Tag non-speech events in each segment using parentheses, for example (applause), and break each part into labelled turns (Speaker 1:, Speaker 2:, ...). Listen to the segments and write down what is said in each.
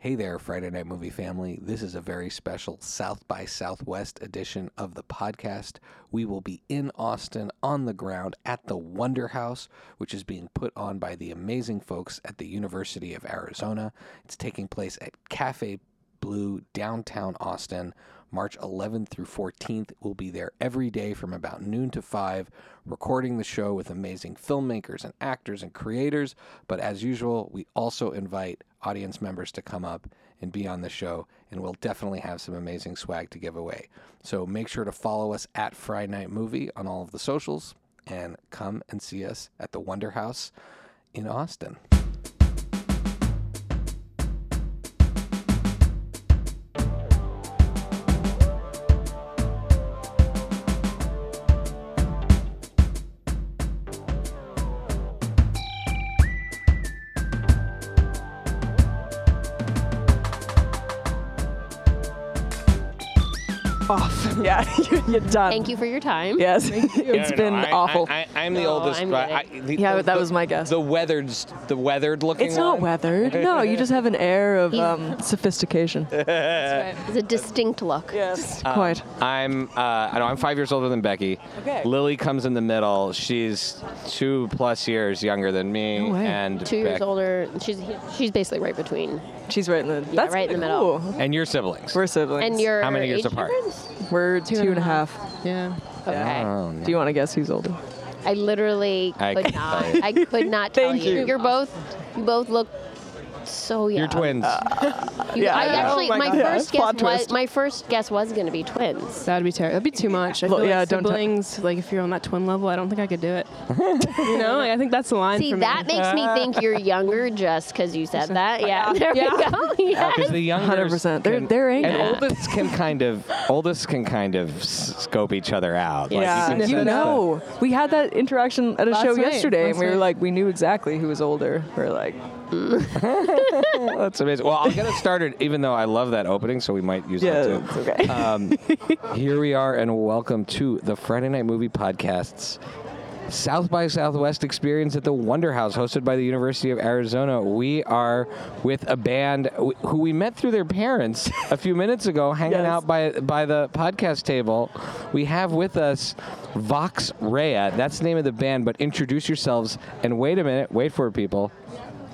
Speaker 1: Hey there, Friday Night Movie family. This is a very special South by Southwest edition of the podcast. We will be in Austin on the ground at the Wonder House, which is being put on by the amazing folks at the University of Arizona. It's taking place at Cafe Blue, downtown Austin, March 11th through 14th. We'll be there every day from about noon to 5, recording the show with amazing filmmakers and actors and creators. But as usual, we also invite audience members to come up and be on the show, and we'll definitely have some amazing swag to give away. So make sure to follow us at Friday Night Movie on all of the socials and come and see us at the Wonder House in Austin.
Speaker 2: off. (laughs) Yeah, you're, you're done.
Speaker 3: Thank you for your time.
Speaker 2: Yes, (laughs) it's
Speaker 4: No, no,
Speaker 2: been
Speaker 4: no, I-
Speaker 2: awful.
Speaker 4: I, I, am the
Speaker 3: No,
Speaker 4: oldest.
Speaker 3: I'm
Speaker 4: but I,
Speaker 3: getting
Speaker 4: the,
Speaker 2: Yeah,
Speaker 4: the-
Speaker 2: but that
Speaker 4: the-
Speaker 2: was my guess.
Speaker 4: The weathered, the weathered looking.
Speaker 2: it's not
Speaker 4: one.
Speaker 2: weathered. No, you just have an air of
Speaker 3: He's- (laughs)
Speaker 2: um,
Speaker 4: (laughs)
Speaker 2: sophistication.
Speaker 3: It's a distinct look.
Speaker 2: Yes,
Speaker 4: Um,
Speaker 2: quite.
Speaker 4: I'm. Uh, I know. I'm five years older than Becky.
Speaker 2: Okay.
Speaker 4: Lily comes in the middle. She's two plus years younger than me.
Speaker 2: No way.
Speaker 4: And
Speaker 3: Two years
Speaker 4: Bec-
Speaker 3: older. She's he- she's basically right between.
Speaker 2: She's right in the. that's
Speaker 3: right in the
Speaker 2: pretty
Speaker 3: middle.
Speaker 2: cool.
Speaker 4: And your siblings.
Speaker 2: We're siblings.
Speaker 3: And you're
Speaker 4: How many years
Speaker 3: age
Speaker 4: apart?
Speaker 3: difference?
Speaker 2: We're two and a half.
Speaker 4: yeah.
Speaker 3: Okay.
Speaker 4: Oh,
Speaker 2: Do you want to guess who's older?
Speaker 3: I literally
Speaker 4: I
Speaker 3: could
Speaker 4: can't
Speaker 3: not.
Speaker 4: tell you.
Speaker 3: I could not tell
Speaker 2: Thank you.
Speaker 3: you. are both you both look so young.
Speaker 4: You're twins.
Speaker 2: Uh,
Speaker 3: You-
Speaker 2: Yeah.
Speaker 3: I
Speaker 2: Yeah.
Speaker 3: actually
Speaker 2: Oh my
Speaker 3: my,
Speaker 2: God.
Speaker 3: first
Speaker 2: Yeah.
Speaker 3: guess
Speaker 2: Plot twist.
Speaker 3: was my first guess was going to be twins.
Speaker 5: That'd be terrible. That'd be too much. I
Speaker 2: Well,
Speaker 5: feel
Speaker 2: yeah,
Speaker 5: like
Speaker 2: don't t-
Speaker 5: siblings, like if you're on that twin level, I don't think I could
Speaker 2: (laughs)
Speaker 5: do it. you know, like, I think that's the line
Speaker 3: See,
Speaker 5: for me.
Speaker 3: that makes me think you're younger just because you said that. Yeah, there we go. (laughs) Yes.
Speaker 4: Because the youngers
Speaker 2: 100%. They're-
Speaker 4: can-
Speaker 2: they're angry.
Speaker 4: And oldest can kind of oldest can kind of s- scope each other out. Like,
Speaker 2: Yeah,
Speaker 4: can
Speaker 2: you
Speaker 4: sense
Speaker 2: know. We had that interaction at a
Speaker 5: Last
Speaker 2: show
Speaker 5: night,
Speaker 2: yesterday, and
Speaker 5: last
Speaker 2: we were
Speaker 5: night.
Speaker 2: like, we knew exactly who was older. We are like,
Speaker 4: that. (laughs) That's amazing. Well, I'll get it started. Even though I love that opening, so we might use
Speaker 2: yeah,
Speaker 4: that too.
Speaker 2: it's okay. (laughs)
Speaker 4: Um, here we are, and welcome to the Friday Night Movie Podcast's South by Southwest experience at the Wonder House, hosted by the University of Arizona. We are with a band w- who we met through their parents a few minutes ago, hanging
Speaker 2: Yes.
Speaker 4: out by by the podcast table. We have with us Vox Rea. That's the name of the band. But introduce yourselves. And wait a minute, wait for it, people.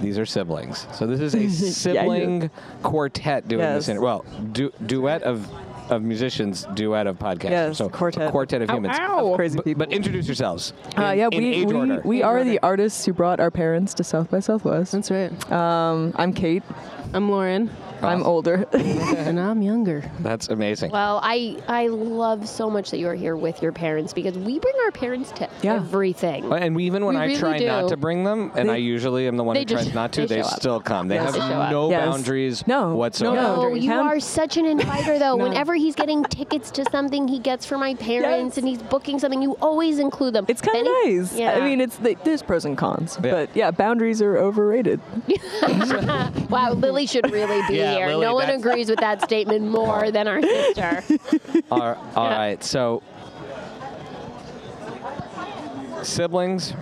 Speaker 4: These are siblings. So this is a sibling quartet doing
Speaker 2: Yes.
Speaker 4: this. Inter- well, du- duet of of musicians, duet of podcasters.
Speaker 2: Yes,
Speaker 4: so
Speaker 2: quartet.
Speaker 4: A quartet of humans.
Speaker 2: Of crazy
Speaker 4: But,
Speaker 2: people.
Speaker 4: but introduce yourselves. In,
Speaker 2: Uh, yeah,
Speaker 4: in
Speaker 2: we,
Speaker 4: age
Speaker 2: we,
Speaker 4: order.
Speaker 2: we are the artists who brought our parents to South by Southwest.
Speaker 5: That's right.
Speaker 2: Um, I'm Kate.
Speaker 5: I'm Lauren,
Speaker 2: I'm older.
Speaker 5: and I'm younger.
Speaker 4: That's amazing.
Speaker 3: Well, I I love so much that you're here with your parents because we bring our parents to
Speaker 2: Yeah.
Speaker 3: everything.
Speaker 4: and we, even when
Speaker 3: We
Speaker 4: I
Speaker 3: really
Speaker 4: try not
Speaker 3: do.
Speaker 4: to bring them, and I usually am the one
Speaker 3: they
Speaker 4: who
Speaker 3: just-
Speaker 4: tries not to,
Speaker 3: they
Speaker 4: they,
Speaker 3: show up.
Speaker 4: still come. They
Speaker 3: Yes,
Speaker 4: have
Speaker 3: they show up.
Speaker 4: no
Speaker 2: Yes.
Speaker 4: boundaries
Speaker 2: No, no
Speaker 4: whatsoever.
Speaker 2: boundaries.
Speaker 3: Oh,
Speaker 2: Boundaries.
Speaker 3: you
Speaker 2: Ham-
Speaker 3: are such an inviter,
Speaker 2: (laughs)
Speaker 3: though.
Speaker 2: No.
Speaker 3: Whenever he's getting tickets to something he gets for my parents
Speaker 2: Yes.
Speaker 3: and he's booking something, you always include them.
Speaker 2: It's kind of
Speaker 3: Benny-
Speaker 2: nice.
Speaker 3: Yeah.
Speaker 2: I mean, it's the, there's pros and cons,
Speaker 4: Yeah.
Speaker 2: but yeah, boundaries are overrated.
Speaker 3: wow, Lily should really
Speaker 2: (laughs)
Speaker 3: be
Speaker 4: Yeah,
Speaker 3: here.
Speaker 4: Lily,
Speaker 3: no one
Speaker 4: that's-
Speaker 3: agrees with that statement more than our sister.
Speaker 2: (laughs)
Speaker 4: All right, all right. So, siblings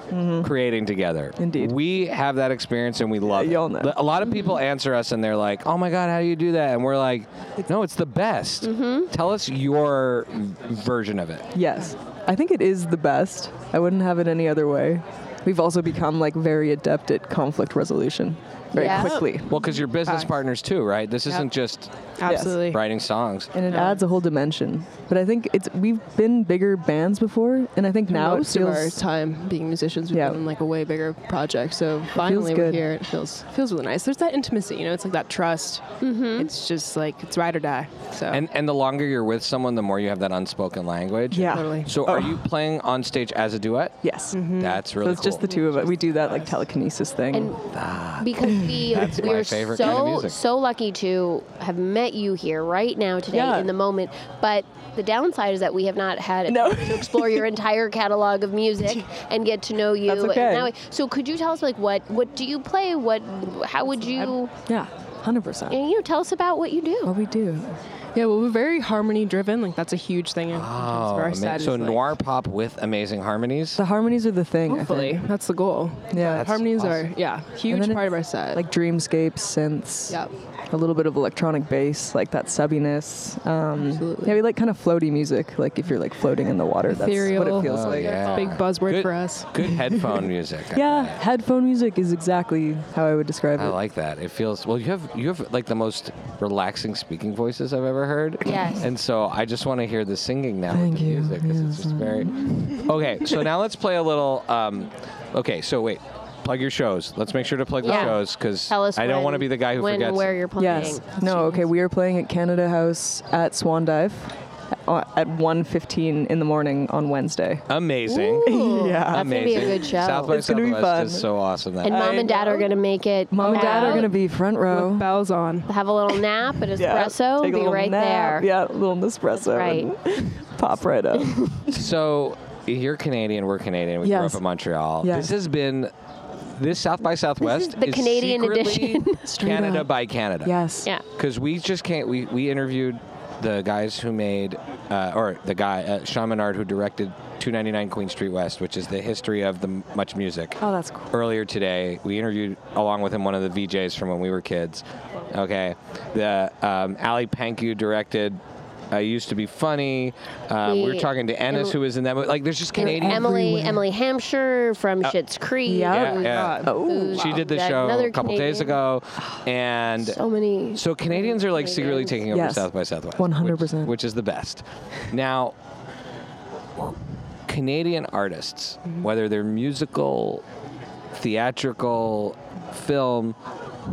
Speaker 4: creating together.
Speaker 2: Mm-hmm. Indeed.
Speaker 4: We have that experience and we love
Speaker 2: y'all
Speaker 4: it.
Speaker 2: know. Mm-hmm.
Speaker 4: A lot of people answer us and they're like, oh my God, how do you do that? And we're like, no, it's the best.
Speaker 2: Mm-hmm.
Speaker 4: Tell us your version of it.
Speaker 2: Yes, I think it is the best. I wouldn't have it any other way. We've also become like very adept at conflict resolution very
Speaker 3: Yeah.
Speaker 2: quickly,
Speaker 5: Oh.
Speaker 4: Well, because you're business partners too, right? This isn't just
Speaker 5: Absolutely.
Speaker 4: writing songs.
Speaker 2: and it adds a whole dimension. But I think it's we've been bigger bands before, and I think now
Speaker 5: Most
Speaker 2: it
Speaker 5: of our
Speaker 2: feels
Speaker 5: time being musicians, we've
Speaker 2: Yeah.
Speaker 5: done like a way bigger project. So finally we're
Speaker 2: good.
Speaker 5: here. It feels feels really nice. There's that intimacy, you know. It's like that trust.
Speaker 3: Mm-hmm.
Speaker 5: It's just like it's ride or die. So
Speaker 4: And, and the longer you're with someone, the more you have that unspoken language.
Speaker 2: yeah.
Speaker 5: Totally.
Speaker 4: So, are you playing on stage as a duet?
Speaker 2: Yes.
Speaker 5: Mm-hmm.
Speaker 4: That's really
Speaker 2: Mm-hmm. So it's
Speaker 4: cool.
Speaker 2: just the two of us. We do that like telekinesis thing.
Speaker 3: And because we we
Speaker 4: my
Speaker 3: are so
Speaker 4: favorite kind of music.
Speaker 3: so lucky to have met you here right now today
Speaker 2: Yeah.
Speaker 3: in the moment. But the downside is that we have not had
Speaker 2: No.
Speaker 3: to explore your entire catalog
Speaker 2: (laughs)
Speaker 3: of music and get to know you.
Speaker 2: That's
Speaker 3: in
Speaker 2: okay.
Speaker 3: that way. So could you tell us like what what do you play? What how would you?
Speaker 2: yeah. 100%.
Speaker 3: And you know, tell us about what you do.
Speaker 2: What we do.
Speaker 5: Yeah, well, we're very harmony driven. Like that's a huge thing. In, in terms of
Speaker 4: Oh,
Speaker 5: our
Speaker 4: ama-
Speaker 5: set
Speaker 4: so
Speaker 5: is, like,
Speaker 4: noir pop with amazing harmonies.
Speaker 2: The harmonies are the thing. I think.
Speaker 5: Hopefully, that's the goal.
Speaker 2: Yeah. That's
Speaker 5: harmonies
Speaker 4: awesome.
Speaker 5: are yeah
Speaker 2: And
Speaker 5: huge
Speaker 2: then
Speaker 5: part of our
Speaker 2: it's
Speaker 5: set.
Speaker 2: Like dreamscape, synths,
Speaker 5: Yep.
Speaker 2: a little bit of electronic bass, like that subbiness. Um,
Speaker 5: Absolutely.
Speaker 2: Yeah, we like kind of floaty music, like if you're like floating in the water, that's what
Speaker 5: Ethereal.
Speaker 2: it feels
Speaker 5: Oh,
Speaker 2: like.
Speaker 4: yeah.
Speaker 5: big buzzword
Speaker 4: Good-
Speaker 5: for us.
Speaker 4: Good
Speaker 2: (laughs)
Speaker 4: headphone music. I
Speaker 2: Yeah,
Speaker 4: like.
Speaker 2: headphone music is exactly how I would describe
Speaker 4: I
Speaker 2: it.
Speaker 4: like that. It feels well. You have you have like the most relaxing speaking voices I've ever heard.
Speaker 3: Yes.
Speaker 4: And so I just want to hear the singing now
Speaker 2: Thank
Speaker 4: with the
Speaker 2: you.
Speaker 4: music 'cause
Speaker 2: Yeah,
Speaker 4: it's just
Speaker 2: (laughs)
Speaker 4: very. Okay, so now let's play a little. Um, okay, so wait, plug your shows. Let's make sure to plug
Speaker 3: Yeah.
Speaker 4: the shows because
Speaker 3: Tell us.
Speaker 4: I don't want to
Speaker 3: when-
Speaker 4: be the guy who
Speaker 3: when
Speaker 4: forgets.
Speaker 3: and where you're playing.
Speaker 2: Yes. No. Okay. We are playing at Canada House at Swan Dive uh, at 1.15 in the morning on Wednesday.
Speaker 4: Amazing.
Speaker 3: Ooh,
Speaker 2: Yeah.
Speaker 3: That's gonna
Speaker 4: Amazing.
Speaker 3: be a good show.
Speaker 4: South by
Speaker 2: It's gonna be
Speaker 4: Southwest
Speaker 2: fun.
Speaker 4: is so awesome. That
Speaker 3: and mom
Speaker 2: I
Speaker 3: and dad are gonna make it.
Speaker 2: Mom and Dad are
Speaker 3: out,
Speaker 2: going to be front row.
Speaker 5: With bells on.
Speaker 3: have a little nap, an
Speaker 2: Yeah,
Speaker 3: espresso,
Speaker 2: take a
Speaker 3: be
Speaker 2: little
Speaker 3: right
Speaker 2: nap.
Speaker 3: there.
Speaker 2: Yeah, a little Nespresso. and (laughs) pop right
Speaker 5: (laughs)
Speaker 2: up.
Speaker 4: So you're Canadian, we're Canadian. We grew
Speaker 2: Yes.
Speaker 4: up in Montreal.
Speaker 2: Yes.
Speaker 4: This has been this South by Southwest
Speaker 3: the
Speaker 4: is
Speaker 3: Canadian
Speaker 4: secretly
Speaker 2: (laughs) Straight
Speaker 4: Canada
Speaker 2: up.
Speaker 4: by Canada.
Speaker 2: yes.
Speaker 3: Yeah.
Speaker 4: Because we just can't. We, we interviewed the guys who made, uh, or the guy uh, Sean Menard who directed 299 Queen Street West, which is the history of the m- much music.
Speaker 2: Oh, that's cool.
Speaker 4: Earlier today, we interviewed along with him one of the VJs from when we were kids. Okay, the um, Ali Panku directed. I used to be funny. Um, we, were
Speaker 3: We-
Speaker 4: talking to Ennis,
Speaker 3: Em-
Speaker 4: who was in that movie. Like, there's just Canadian.
Speaker 3: Emily,
Speaker 2: everywhere.
Speaker 3: Emily Hampshire from Schitt's Creek.
Speaker 2: Yeah,
Speaker 4: Uh, Yeah, yeah.
Speaker 2: Oh,
Speaker 4: She did the
Speaker 3: That-
Speaker 4: show
Speaker 3: another
Speaker 4: a couple days
Speaker 3: Canadian. (gasps)
Speaker 4: ago, and
Speaker 3: Oh, So many.
Speaker 4: so Canadians are like secretly
Speaker 3: Canadians.
Speaker 4: taking over
Speaker 2: Yes.
Speaker 4: South by Southwest,
Speaker 2: 100%.
Speaker 4: which, which is the best. Now, Canadian artists,
Speaker 2: Mm-hmm.
Speaker 4: whether they're musical, theatrical, film,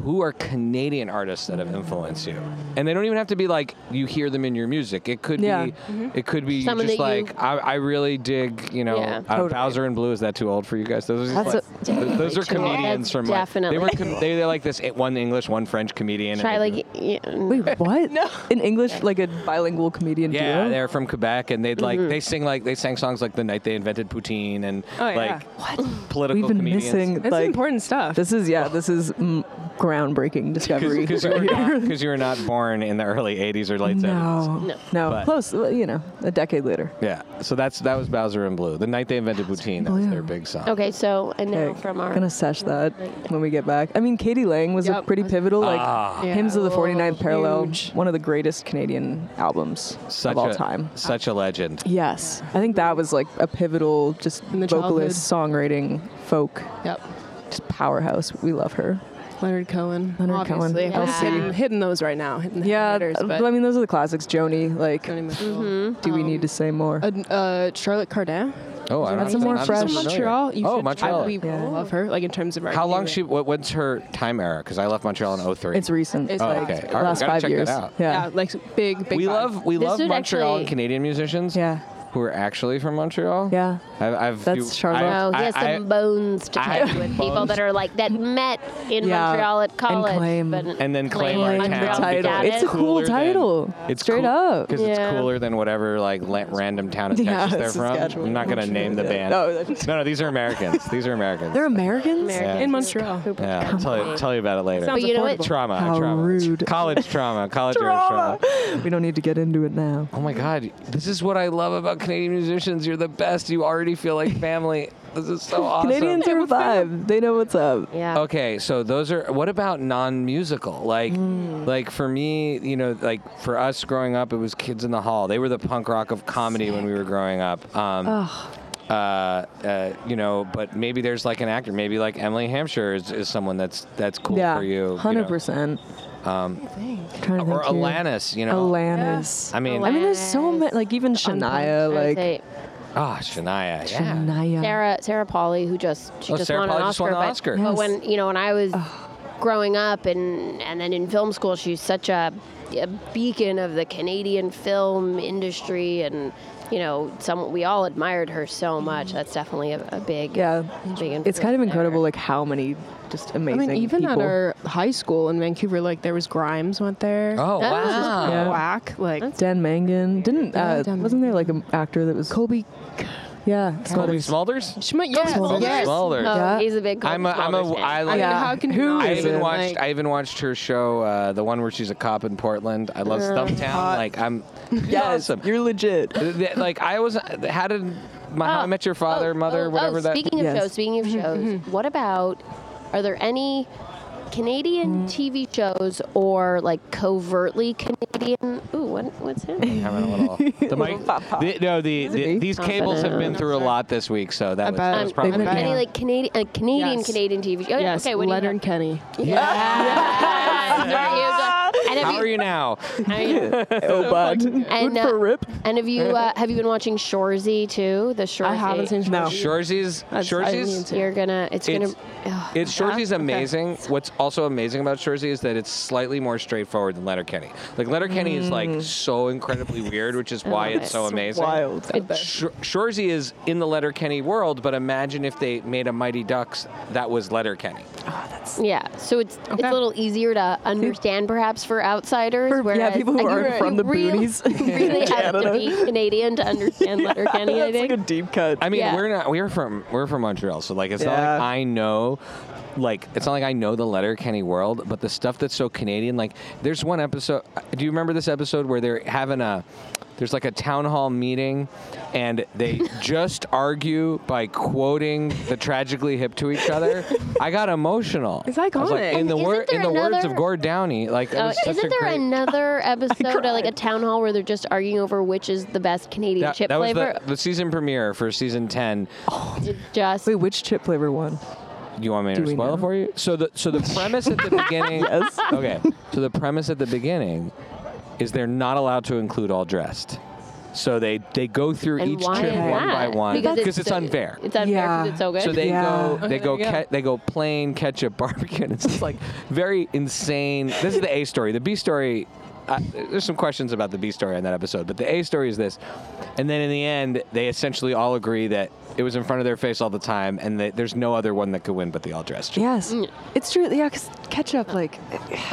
Speaker 4: who are Canadian artists that
Speaker 2: Mm-hmm.
Speaker 4: have influenced you? And they don't even have to be like you hear them in your music. It could
Speaker 2: Yeah.
Speaker 4: be, it could be you
Speaker 3: Mm-hmm. Someone
Speaker 4: just
Speaker 3: that you-
Speaker 4: like I, I really dig, you know,
Speaker 3: Yeah.
Speaker 4: uh,
Speaker 2: Totally.
Speaker 4: Bowser and Blue. Is that too old for you guys? Those are,
Speaker 2: That's
Speaker 4: like-
Speaker 2: a-
Speaker 4: th- those are
Speaker 3: Too old.
Speaker 4: comedians
Speaker 3: That's
Speaker 4: from like, they
Speaker 3: definitely
Speaker 4: were com- they, they're like this eh, one English, one French comedian. and
Speaker 3: Try
Speaker 4: they do
Speaker 3: like. Yeah,
Speaker 2: Wait, what? no. In English, like a bilingual comedian
Speaker 4: Yeah,
Speaker 2: duo?
Speaker 4: they're from Quebec, and they'd like they sing like they sang songs like the night they invented poutine and
Speaker 5: Oh, yeah.
Speaker 4: like political
Speaker 2: We've been
Speaker 4: comedians.
Speaker 2: missing,
Speaker 5: That's
Speaker 2: like,
Speaker 5: important stuff.
Speaker 2: this is, yeah, this is mm,
Speaker 4: (laughs)
Speaker 2: groundbreaking discovery.
Speaker 4: because you,
Speaker 2: (laughs) right
Speaker 4: were
Speaker 2: here.
Speaker 4: not- 'cause you were not born in the early '80s or late '70s.
Speaker 2: No,
Speaker 3: No.
Speaker 2: no,
Speaker 4: But-
Speaker 2: Close, well, you know, a decade later.
Speaker 4: Yeah, so that's that was Bowser and Blue. The night they invented poutine, that was
Speaker 2: Blue.
Speaker 4: their big song.
Speaker 3: Okay, so and now from our.
Speaker 2: gonna sesh that when we get back. I mean, Katie Lang was a
Speaker 5: Yep.
Speaker 2: pretty pivotal, like
Speaker 4: Ah.
Speaker 5: Yeah.
Speaker 2: hymns of the
Speaker 5: Oh,
Speaker 2: 49th parallel,
Speaker 5: huge.
Speaker 2: one of the greatest Canadian albums
Speaker 4: Such
Speaker 2: of all
Speaker 4: a,
Speaker 2: time.
Speaker 4: such a legend.
Speaker 2: Yes, I think that was like a pivotal, just
Speaker 5: In the
Speaker 2: vocalist, songwriting, folk,
Speaker 5: Yep.
Speaker 2: just powerhouse. We love her.
Speaker 5: Leonard Cohen.
Speaker 2: Leonard Cohen.
Speaker 5: obviously.
Speaker 2: Yeah.
Speaker 5: Just Hitting, hitting those right now. Hitting the
Speaker 2: Yeah,
Speaker 5: hitters,
Speaker 2: uh,
Speaker 5: but
Speaker 2: I mean, those are the classics. Joni, like,
Speaker 5: Joni Mitchell.
Speaker 3: Mm-hmm.
Speaker 2: do we need to say more?
Speaker 5: Uh, uh, Charlotte Cardin.
Speaker 4: Oh, I don't
Speaker 2: That's
Speaker 4: know.
Speaker 2: a more
Speaker 4: I'm
Speaker 2: fresh-
Speaker 5: She's
Speaker 4: familiar.
Speaker 5: from Montreal. You
Speaker 4: oh,
Speaker 5: should,
Speaker 4: Montreal.
Speaker 5: I, we
Speaker 2: Yeah.
Speaker 5: love her. Like in terms of our
Speaker 4: How long
Speaker 5: favorite-
Speaker 4: she? What, when's her time era? Because I left Montreal in 03.
Speaker 2: it's recent.
Speaker 5: It's
Speaker 4: Oh,
Speaker 5: like
Speaker 4: okay. All right,
Speaker 2: last
Speaker 4: gotta
Speaker 2: five
Speaker 4: check that
Speaker 2: years.
Speaker 4: out.
Speaker 5: Yeah.
Speaker 2: Yeah.
Speaker 5: like big, big.
Speaker 4: we
Speaker 5: vibe.
Speaker 4: love we
Speaker 3: This
Speaker 4: love
Speaker 3: dude
Speaker 4: Montreal
Speaker 3: actually-
Speaker 4: and Canadian musicians.
Speaker 2: Yeah.
Speaker 4: who are actually from Montreal.
Speaker 2: Yeah.
Speaker 4: I've, I've
Speaker 2: That's Charlotte.
Speaker 3: Oh,
Speaker 4: I-
Speaker 3: he has
Speaker 4: I-
Speaker 3: some bones to
Speaker 4: I-
Speaker 3: pick with people that are like that met in
Speaker 2: Yeah,
Speaker 3: Montreal at
Speaker 2: and
Speaker 3: college,
Speaker 2: claim-
Speaker 3: but
Speaker 4: and then claim,
Speaker 3: claim
Speaker 4: our
Speaker 2: Claim the
Speaker 4: town.
Speaker 2: title.
Speaker 4: because
Speaker 2: It's a cool
Speaker 4: cooler than-
Speaker 2: title.
Speaker 4: it's
Speaker 2: Straight up.
Speaker 4: because
Speaker 3: Yeah.
Speaker 4: it's cooler than whatever like la- random town in
Speaker 2: (laughs) Yeah,
Speaker 4: Texas they're from.
Speaker 2: Saskatchewan.
Speaker 4: I'm not gonna name
Speaker 2: (laughs)
Speaker 4: the
Speaker 2: Yeah.
Speaker 4: band.
Speaker 2: No, that's-
Speaker 4: no, no, these are Americans. These are Americans.
Speaker 2: They're Americans.
Speaker 3: American
Speaker 4: Yeah.
Speaker 5: in Montreal.
Speaker 3: Cooper
Speaker 4: yeah, I'll
Speaker 3: Company.
Speaker 4: tell you, tell you about it later.
Speaker 5: Sounds
Speaker 3: But you know what?
Speaker 5: affordable.
Speaker 4: trauma,
Speaker 2: How
Speaker 4: trauma.
Speaker 2: rude.
Speaker 4: College trauma, college trauma.
Speaker 2: Drama. We don't need to get into it now.
Speaker 4: Oh my God, this is what I love about Canadian musicians. You're the best. You already feel like family. This is so awesome.
Speaker 2: Canadians are vibe. They know what's up.
Speaker 3: Yeah.
Speaker 4: Okay, so those are. What about non-musical? Like, like for me, you know, like for us growing up, it was Kids in the Hall. They were the punk rock of comedy when we were growing up. Um, uh, uh, you know, but maybe there's like an actor. Maybe like Emily Hampshire is, is someone that's that's cool
Speaker 2: yeah,
Speaker 4: for you. you know. Um,
Speaker 2: hundred percent. Trying to
Speaker 4: Or
Speaker 2: think here.
Speaker 4: Alanis, you know.
Speaker 2: Alanis.
Speaker 4: I mean,
Speaker 2: I mean, there's so many. Like even Shania.
Speaker 3: I would
Speaker 2: Like
Speaker 3: say
Speaker 4: ah, Shania. Yeah.
Speaker 2: Shania.
Speaker 3: Sarah Sarah Pauli, who just she
Speaker 4: Oh,
Speaker 3: just
Speaker 4: Sarah
Speaker 3: won an
Speaker 4: Pauli just won
Speaker 3: Oscar. but,
Speaker 4: the Oscar.
Speaker 3: but
Speaker 2: Yes.
Speaker 3: when you know when I was growing up and and then in film school, she's such a, a beacon of the Canadian film industry, and you know, some we all admired her so much. That's definitely a, a big
Speaker 2: Mm-hmm. Yeah.
Speaker 3: big influence
Speaker 2: It's kind of
Speaker 3: there.
Speaker 2: incredible, like how many just
Speaker 5: I
Speaker 2: amazing.
Speaker 5: mean, even
Speaker 2: people.
Speaker 5: at our high school in Vancouver, like there was Grimes went there.
Speaker 4: Oh
Speaker 3: That was just
Speaker 4: wow.
Speaker 2: Yeah.
Speaker 5: whack. Like
Speaker 2: Dan Mangan didn't.
Speaker 5: Yeah,
Speaker 2: Uh,
Speaker 5: Dan
Speaker 2: wasn't there like an actor that was Colby? Yeah. it's not
Speaker 4: Colby
Speaker 2: a-
Speaker 4: Smulders?
Speaker 5: She might, yes.
Speaker 2: Smulders.
Speaker 5: yes.
Speaker 4: Smulders.
Speaker 3: Oh,
Speaker 2: Yeah.
Speaker 3: he's a big.
Speaker 4: I'm a, I'm
Speaker 3: Golden
Speaker 4: a,
Speaker 3: Smulders fan.
Speaker 4: I
Speaker 5: I
Speaker 4: like,
Speaker 5: mean,
Speaker 2: Yeah.
Speaker 5: how can
Speaker 2: Who
Speaker 5: you not?
Speaker 4: I even
Speaker 2: it?
Speaker 4: watched.
Speaker 5: Like,
Speaker 4: I even watched her show, uh, the one where she's a cop in Portland. I love Stumptown. Like I'm,
Speaker 2: Yes,
Speaker 4: awesome.
Speaker 2: you're (laughs) legit. Oh,
Speaker 4: Th- th- like I was. How did my How I
Speaker 3: Oh,
Speaker 4: Met Your Father,
Speaker 3: oh,
Speaker 4: Mother,
Speaker 3: oh, oh,
Speaker 4: whatever that?
Speaker 3: Speaking of
Speaker 2: Yes.
Speaker 3: shows, speaking of shows, what about? Are there any Canadian TV shows or like covertly Canadian? Ooh, what, what's him?
Speaker 4: having a little. The mic. the- no, the, the
Speaker 2: me?
Speaker 4: these cables have been through a lot this week, so that was,
Speaker 5: bet.
Speaker 4: that was
Speaker 5: Um,
Speaker 4: probably.
Speaker 2: they've been-
Speaker 3: Any
Speaker 2: Yeah.
Speaker 3: like Canadian uh, Canadian
Speaker 5: Yes.
Speaker 3: Canadian TV? show? Oh,
Speaker 5: Yes,
Speaker 3: Okay, what do you Ah,
Speaker 5: Leonard
Speaker 3: have?
Speaker 5: Kenny.
Speaker 3: Yeah. And
Speaker 4: How
Speaker 3: have
Speaker 4: are
Speaker 3: you?
Speaker 4: you now?
Speaker 2: Oh, bud.
Speaker 3: And,
Speaker 2: Good for
Speaker 3: uh,
Speaker 2: Rip.
Speaker 3: And have you? Uh, have you been watching Shorzy too? The Shorzy.
Speaker 5: I haven't seen
Speaker 2: No.
Speaker 5: Shorzy.
Speaker 4: Shorzy's.
Speaker 5: That's- I mean,
Speaker 4: Shorzy's.
Speaker 5: to-
Speaker 3: You're gonna. It's,
Speaker 4: It's-
Speaker 3: gonna. ugh.
Speaker 4: It's
Speaker 5: Yeah?
Speaker 4: Shorzy's
Speaker 5: Okay.
Speaker 4: amazing. What's also amazing about Shorzy is that it's slightly more straightforward than Letterkenny. Like Letterkenny is like so incredibly weird, which is why
Speaker 3: love
Speaker 4: it's
Speaker 3: it.
Speaker 4: so amazing.
Speaker 2: Wild. (laughs)
Speaker 4: Sh- Shorzy is in the Letterkenny world, but imagine if they made a Mighty Ducks that was Letterkenny.
Speaker 3: Yeah, so it's it's
Speaker 5: Okay.
Speaker 3: a little easier to understand perhaps for outsiders.
Speaker 2: For-
Speaker 3: whereas
Speaker 2: yeah, people who
Speaker 3: you
Speaker 2: aren't from the
Speaker 3: really-
Speaker 2: boonies
Speaker 3: You (laughs) really have to
Speaker 2: Canada.
Speaker 3: be Canadian to understand
Speaker 2: (laughs)
Speaker 3: Letterkenny. I
Speaker 2: That's
Speaker 3: think.
Speaker 2: like a deep cut.
Speaker 4: I mean,
Speaker 3: Yeah.
Speaker 4: we're not we're from we're from Montreal, so like it's not like
Speaker 2: Yeah.
Speaker 4: I know like it's not like I know the Letterkenny world, but the stuff that's so Canadian, like there's one episode do you remember this episode where they're having a there's like a town hall meeting and
Speaker 3: (laughs)
Speaker 4: they just argue by quoting the tragically hip to each other. I got emotional.
Speaker 5: It's
Speaker 4: I was like,
Speaker 5: iconic.
Speaker 4: in the
Speaker 3: Isn't
Speaker 4: wor- in
Speaker 3: there
Speaker 4: the words of
Speaker 3: another-
Speaker 4: Gord Downey, like it
Speaker 3: Oh,
Speaker 4: was such
Speaker 3: isn't
Speaker 4: a
Speaker 3: there
Speaker 4: great-
Speaker 2: (laughs)
Speaker 3: another episode, or like a town hall, where they're just arguing over which is the best Canadian
Speaker 4: that,
Speaker 3: chip
Speaker 4: that was
Speaker 3: flavor?
Speaker 4: the, the season premiere for season 10
Speaker 3: It just
Speaker 2: Wait, which chip flavor won?
Speaker 4: you want me to
Speaker 2: we
Speaker 4: spoil
Speaker 2: know?
Speaker 4: it for you? So the so
Speaker 2: (laughs)
Speaker 4: the premise at the beginning. yes. Okay. So the premise at the beginning is they're not allowed to include all dressed. So they they go through
Speaker 3: and
Speaker 4: each
Speaker 3: why
Speaker 4: trip
Speaker 3: is
Speaker 4: one by
Speaker 3: that?
Speaker 4: one
Speaker 3: because
Speaker 4: because it's
Speaker 3: so-
Speaker 4: unfair.
Speaker 3: It's unfair because
Speaker 2: Yeah.
Speaker 3: it's so good.
Speaker 4: so they
Speaker 2: Yeah.
Speaker 4: go, they go,
Speaker 5: there you go.
Speaker 4: Ke- they go plain ketchup (laughs) barbecue, and it's just like very insane. This is the A story. The B story, uh, there's some questions about the B story on that episode, but the A story is this. And then in the end, they essentially all agree that it was in front of their face all the time, and that there's no other one that could win but the all dressed.
Speaker 2: Yes.
Speaker 3: Mm.
Speaker 2: It's true. Yeah, because ketchup, like,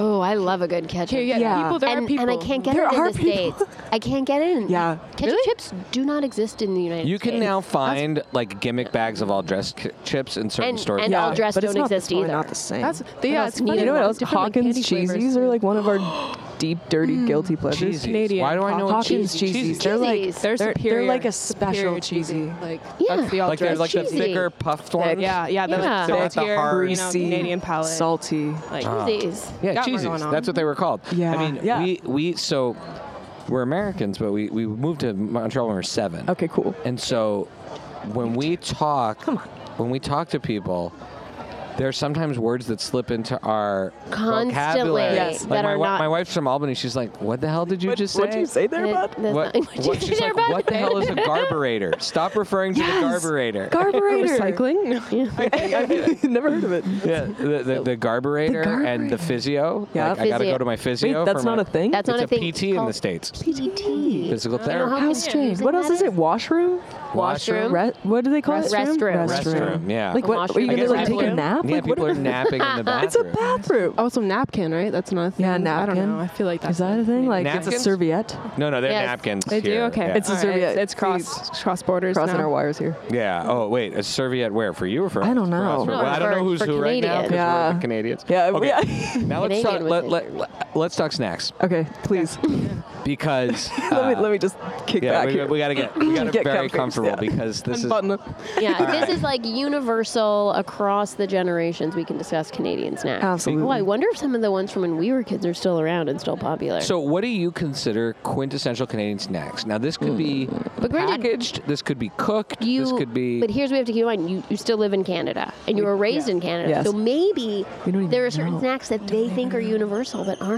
Speaker 3: oh, I love a good ketchup.
Speaker 5: Okay, yeah,
Speaker 2: Yeah.
Speaker 5: People, there are
Speaker 3: and,
Speaker 5: people.
Speaker 3: and I can't get
Speaker 2: There
Speaker 3: it in
Speaker 2: are
Speaker 3: the
Speaker 2: people.
Speaker 3: states. I can't get it in.
Speaker 2: (laughs) Yeah.
Speaker 3: ketchup chips do not exist in the United
Speaker 4: You
Speaker 3: States.
Speaker 4: can now find like gimmick bags of all dressed c- chips in certain
Speaker 3: And-
Speaker 4: stores.
Speaker 3: and
Speaker 4: now.
Speaker 3: all dressed
Speaker 2: but it's
Speaker 3: don't
Speaker 2: not,
Speaker 3: exist
Speaker 2: it's probably
Speaker 3: either.
Speaker 2: not the same.
Speaker 5: That's yeah. It's
Speaker 2: you
Speaker 5: needed.
Speaker 2: know what else?
Speaker 5: Different, like,
Speaker 2: Hawkins
Speaker 5: candy flavors.
Speaker 2: cheesies are like one
Speaker 3: (gasps)
Speaker 2: of our deep, dirty, guilty pleasures.
Speaker 4: Cheesies.
Speaker 5: Canadian
Speaker 4: Why do I know what
Speaker 2: Hawkins
Speaker 4: cheese-
Speaker 2: cheesies.
Speaker 4: cheesies?
Speaker 2: They're like
Speaker 3: Cheesies.
Speaker 5: They're,
Speaker 2: they're,
Speaker 5: superior.
Speaker 2: They're like a special
Speaker 5: superior
Speaker 2: cheesy.
Speaker 5: Like
Speaker 3: Yeah.
Speaker 5: that's the all
Speaker 4: like they're like the
Speaker 3: cheesy.
Speaker 4: thicker puffed ones.
Speaker 5: Yeah, yeah. They're
Speaker 3: Yeah.
Speaker 5: yeah.
Speaker 4: They're
Speaker 5: like
Speaker 4: not the
Speaker 5: saltier,
Speaker 4: hard- Ah.
Speaker 5: you know, Canadian palate.
Speaker 2: salty.
Speaker 5: Like,
Speaker 3: These.
Speaker 4: Yeah,
Speaker 5: Got one
Speaker 4: cheesies.
Speaker 5: going on.
Speaker 4: That's what they were called. I
Speaker 2: Yeah.
Speaker 4: mean,
Speaker 2: Yeah.
Speaker 4: we we so we're Americans, but we we moved to Montreal when we were seven.
Speaker 2: Okay, cool.
Speaker 4: And so when we talk, when we talk to people. There are sometimes words that slip into our
Speaker 3: Constantly.
Speaker 4: vocabulary.
Speaker 3: Yes.
Speaker 4: Like
Speaker 3: That
Speaker 4: my,
Speaker 3: are
Speaker 4: wi-
Speaker 3: not-
Speaker 4: my wife's from Albany. She's like, "What the hell did you
Speaker 2: What,
Speaker 4: just say?"
Speaker 2: what'd you say there,
Speaker 3: That-
Speaker 2: bud?
Speaker 3: that's
Speaker 4: What,
Speaker 3: not- (laughs)
Speaker 4: what- she's
Speaker 3: They're
Speaker 4: like,
Speaker 3: about-
Speaker 4: what the hell is a garburator? Stop referring to the
Speaker 2: Yes.
Speaker 4: garburator.
Speaker 2: (laughs) Carburetor.
Speaker 3: (laughs)
Speaker 5: Recycling?
Speaker 2: Never heard of it.
Speaker 4: yeah, the, the, the garburator and the physio.
Speaker 2: Yeah.
Speaker 4: Like, I got to
Speaker 3: Physio.
Speaker 4: go to my
Speaker 2: Wait,
Speaker 4: physio.
Speaker 2: that's
Speaker 4: for
Speaker 2: not
Speaker 4: my-
Speaker 2: a thing.
Speaker 3: That's not
Speaker 4: It's
Speaker 3: a,
Speaker 4: a
Speaker 3: thing.
Speaker 4: PT
Speaker 3: It's
Speaker 4: in the
Speaker 3: called
Speaker 4: States.
Speaker 3: PTT.
Speaker 4: Physical
Speaker 3: know how
Speaker 4: therapy.
Speaker 2: How
Speaker 3: confusing
Speaker 2: strange. What
Speaker 3: that
Speaker 2: else is it?
Speaker 3: is.
Speaker 2: Washroom?
Speaker 3: Washroom.
Speaker 2: Re- what do they call it?
Speaker 3: Restroom.
Speaker 2: Restroom.
Speaker 4: Restroom, yeah.
Speaker 2: Like what? Are
Speaker 3: Washroom.
Speaker 2: you
Speaker 4: I
Speaker 2: gonna
Speaker 4: guess
Speaker 2: like take a
Speaker 4: people-
Speaker 2: nap?
Speaker 4: Yeah,
Speaker 2: like, what
Speaker 4: people are
Speaker 2: if-
Speaker 4: napping in the bathroom.
Speaker 2: (laughs) It's a bathroom.
Speaker 5: Also napkin, right? That's another thing.
Speaker 2: Yeah,
Speaker 5: I
Speaker 2: napkin.
Speaker 5: don't know. I feel like that's
Speaker 2: Is that a thing? Like it's
Speaker 4: Napkins?
Speaker 2: a serviette.
Speaker 4: No, no, they're
Speaker 3: Yes.
Speaker 4: napkins.
Speaker 5: They do.
Speaker 4: here,
Speaker 5: Okay.
Speaker 4: yeah.
Speaker 2: It's a
Speaker 5: All right.
Speaker 2: serviette.
Speaker 5: It's cross cross borders.
Speaker 2: Crossing
Speaker 5: now.
Speaker 2: our wires here.
Speaker 4: Yeah. Oh, wait. A serviette where? For you or for
Speaker 2: I
Speaker 4: us?
Speaker 2: don't
Speaker 4: For
Speaker 2: know.
Speaker 4: us, for-
Speaker 2: No,
Speaker 4: well, I don't
Speaker 3: for-
Speaker 4: know who's
Speaker 3: for
Speaker 4: who right now because
Speaker 2: Canadians.
Speaker 4: we're
Speaker 2: Yeah.
Speaker 4: the Canadians.
Speaker 2: Yeah, (laughs) we-
Speaker 4: Okay. now let's
Speaker 3: Canadian
Speaker 4: talk.
Speaker 3: was
Speaker 4: Let,
Speaker 3: it.
Speaker 4: let, let, let's talk snacks
Speaker 2: Okay, please.
Speaker 4: because
Speaker 2: (laughs) let me
Speaker 4: uh,
Speaker 2: let me just kick
Speaker 4: Yeah,
Speaker 2: back
Speaker 4: we,
Speaker 2: here.
Speaker 4: we gotta get we gotta
Speaker 2: (laughs) Get
Speaker 4: very
Speaker 2: comfy,
Speaker 4: comfortable
Speaker 2: yeah.
Speaker 4: because this is
Speaker 5: Unbutton.
Speaker 3: Yeah, this is like universal across the generations. We can discuss Canadian snacks.
Speaker 2: Absolutely.
Speaker 3: Oh, I wonder if some of the ones from when we were kids are still around and still popular.
Speaker 4: So, what do you consider quintessential Canadian snacks? Now, this could be
Speaker 3: Hmm. But granted-
Speaker 4: packaged. This could be cooked.
Speaker 3: you,
Speaker 4: this could be.
Speaker 3: But here's what we have to keep in mind: you, you still live in Canada, and you were raised in Canada.
Speaker 2: Yes.
Speaker 3: So maybe
Speaker 2: We don't even
Speaker 3: there are certain
Speaker 2: know.
Speaker 3: snacks that they think are universal but aren't,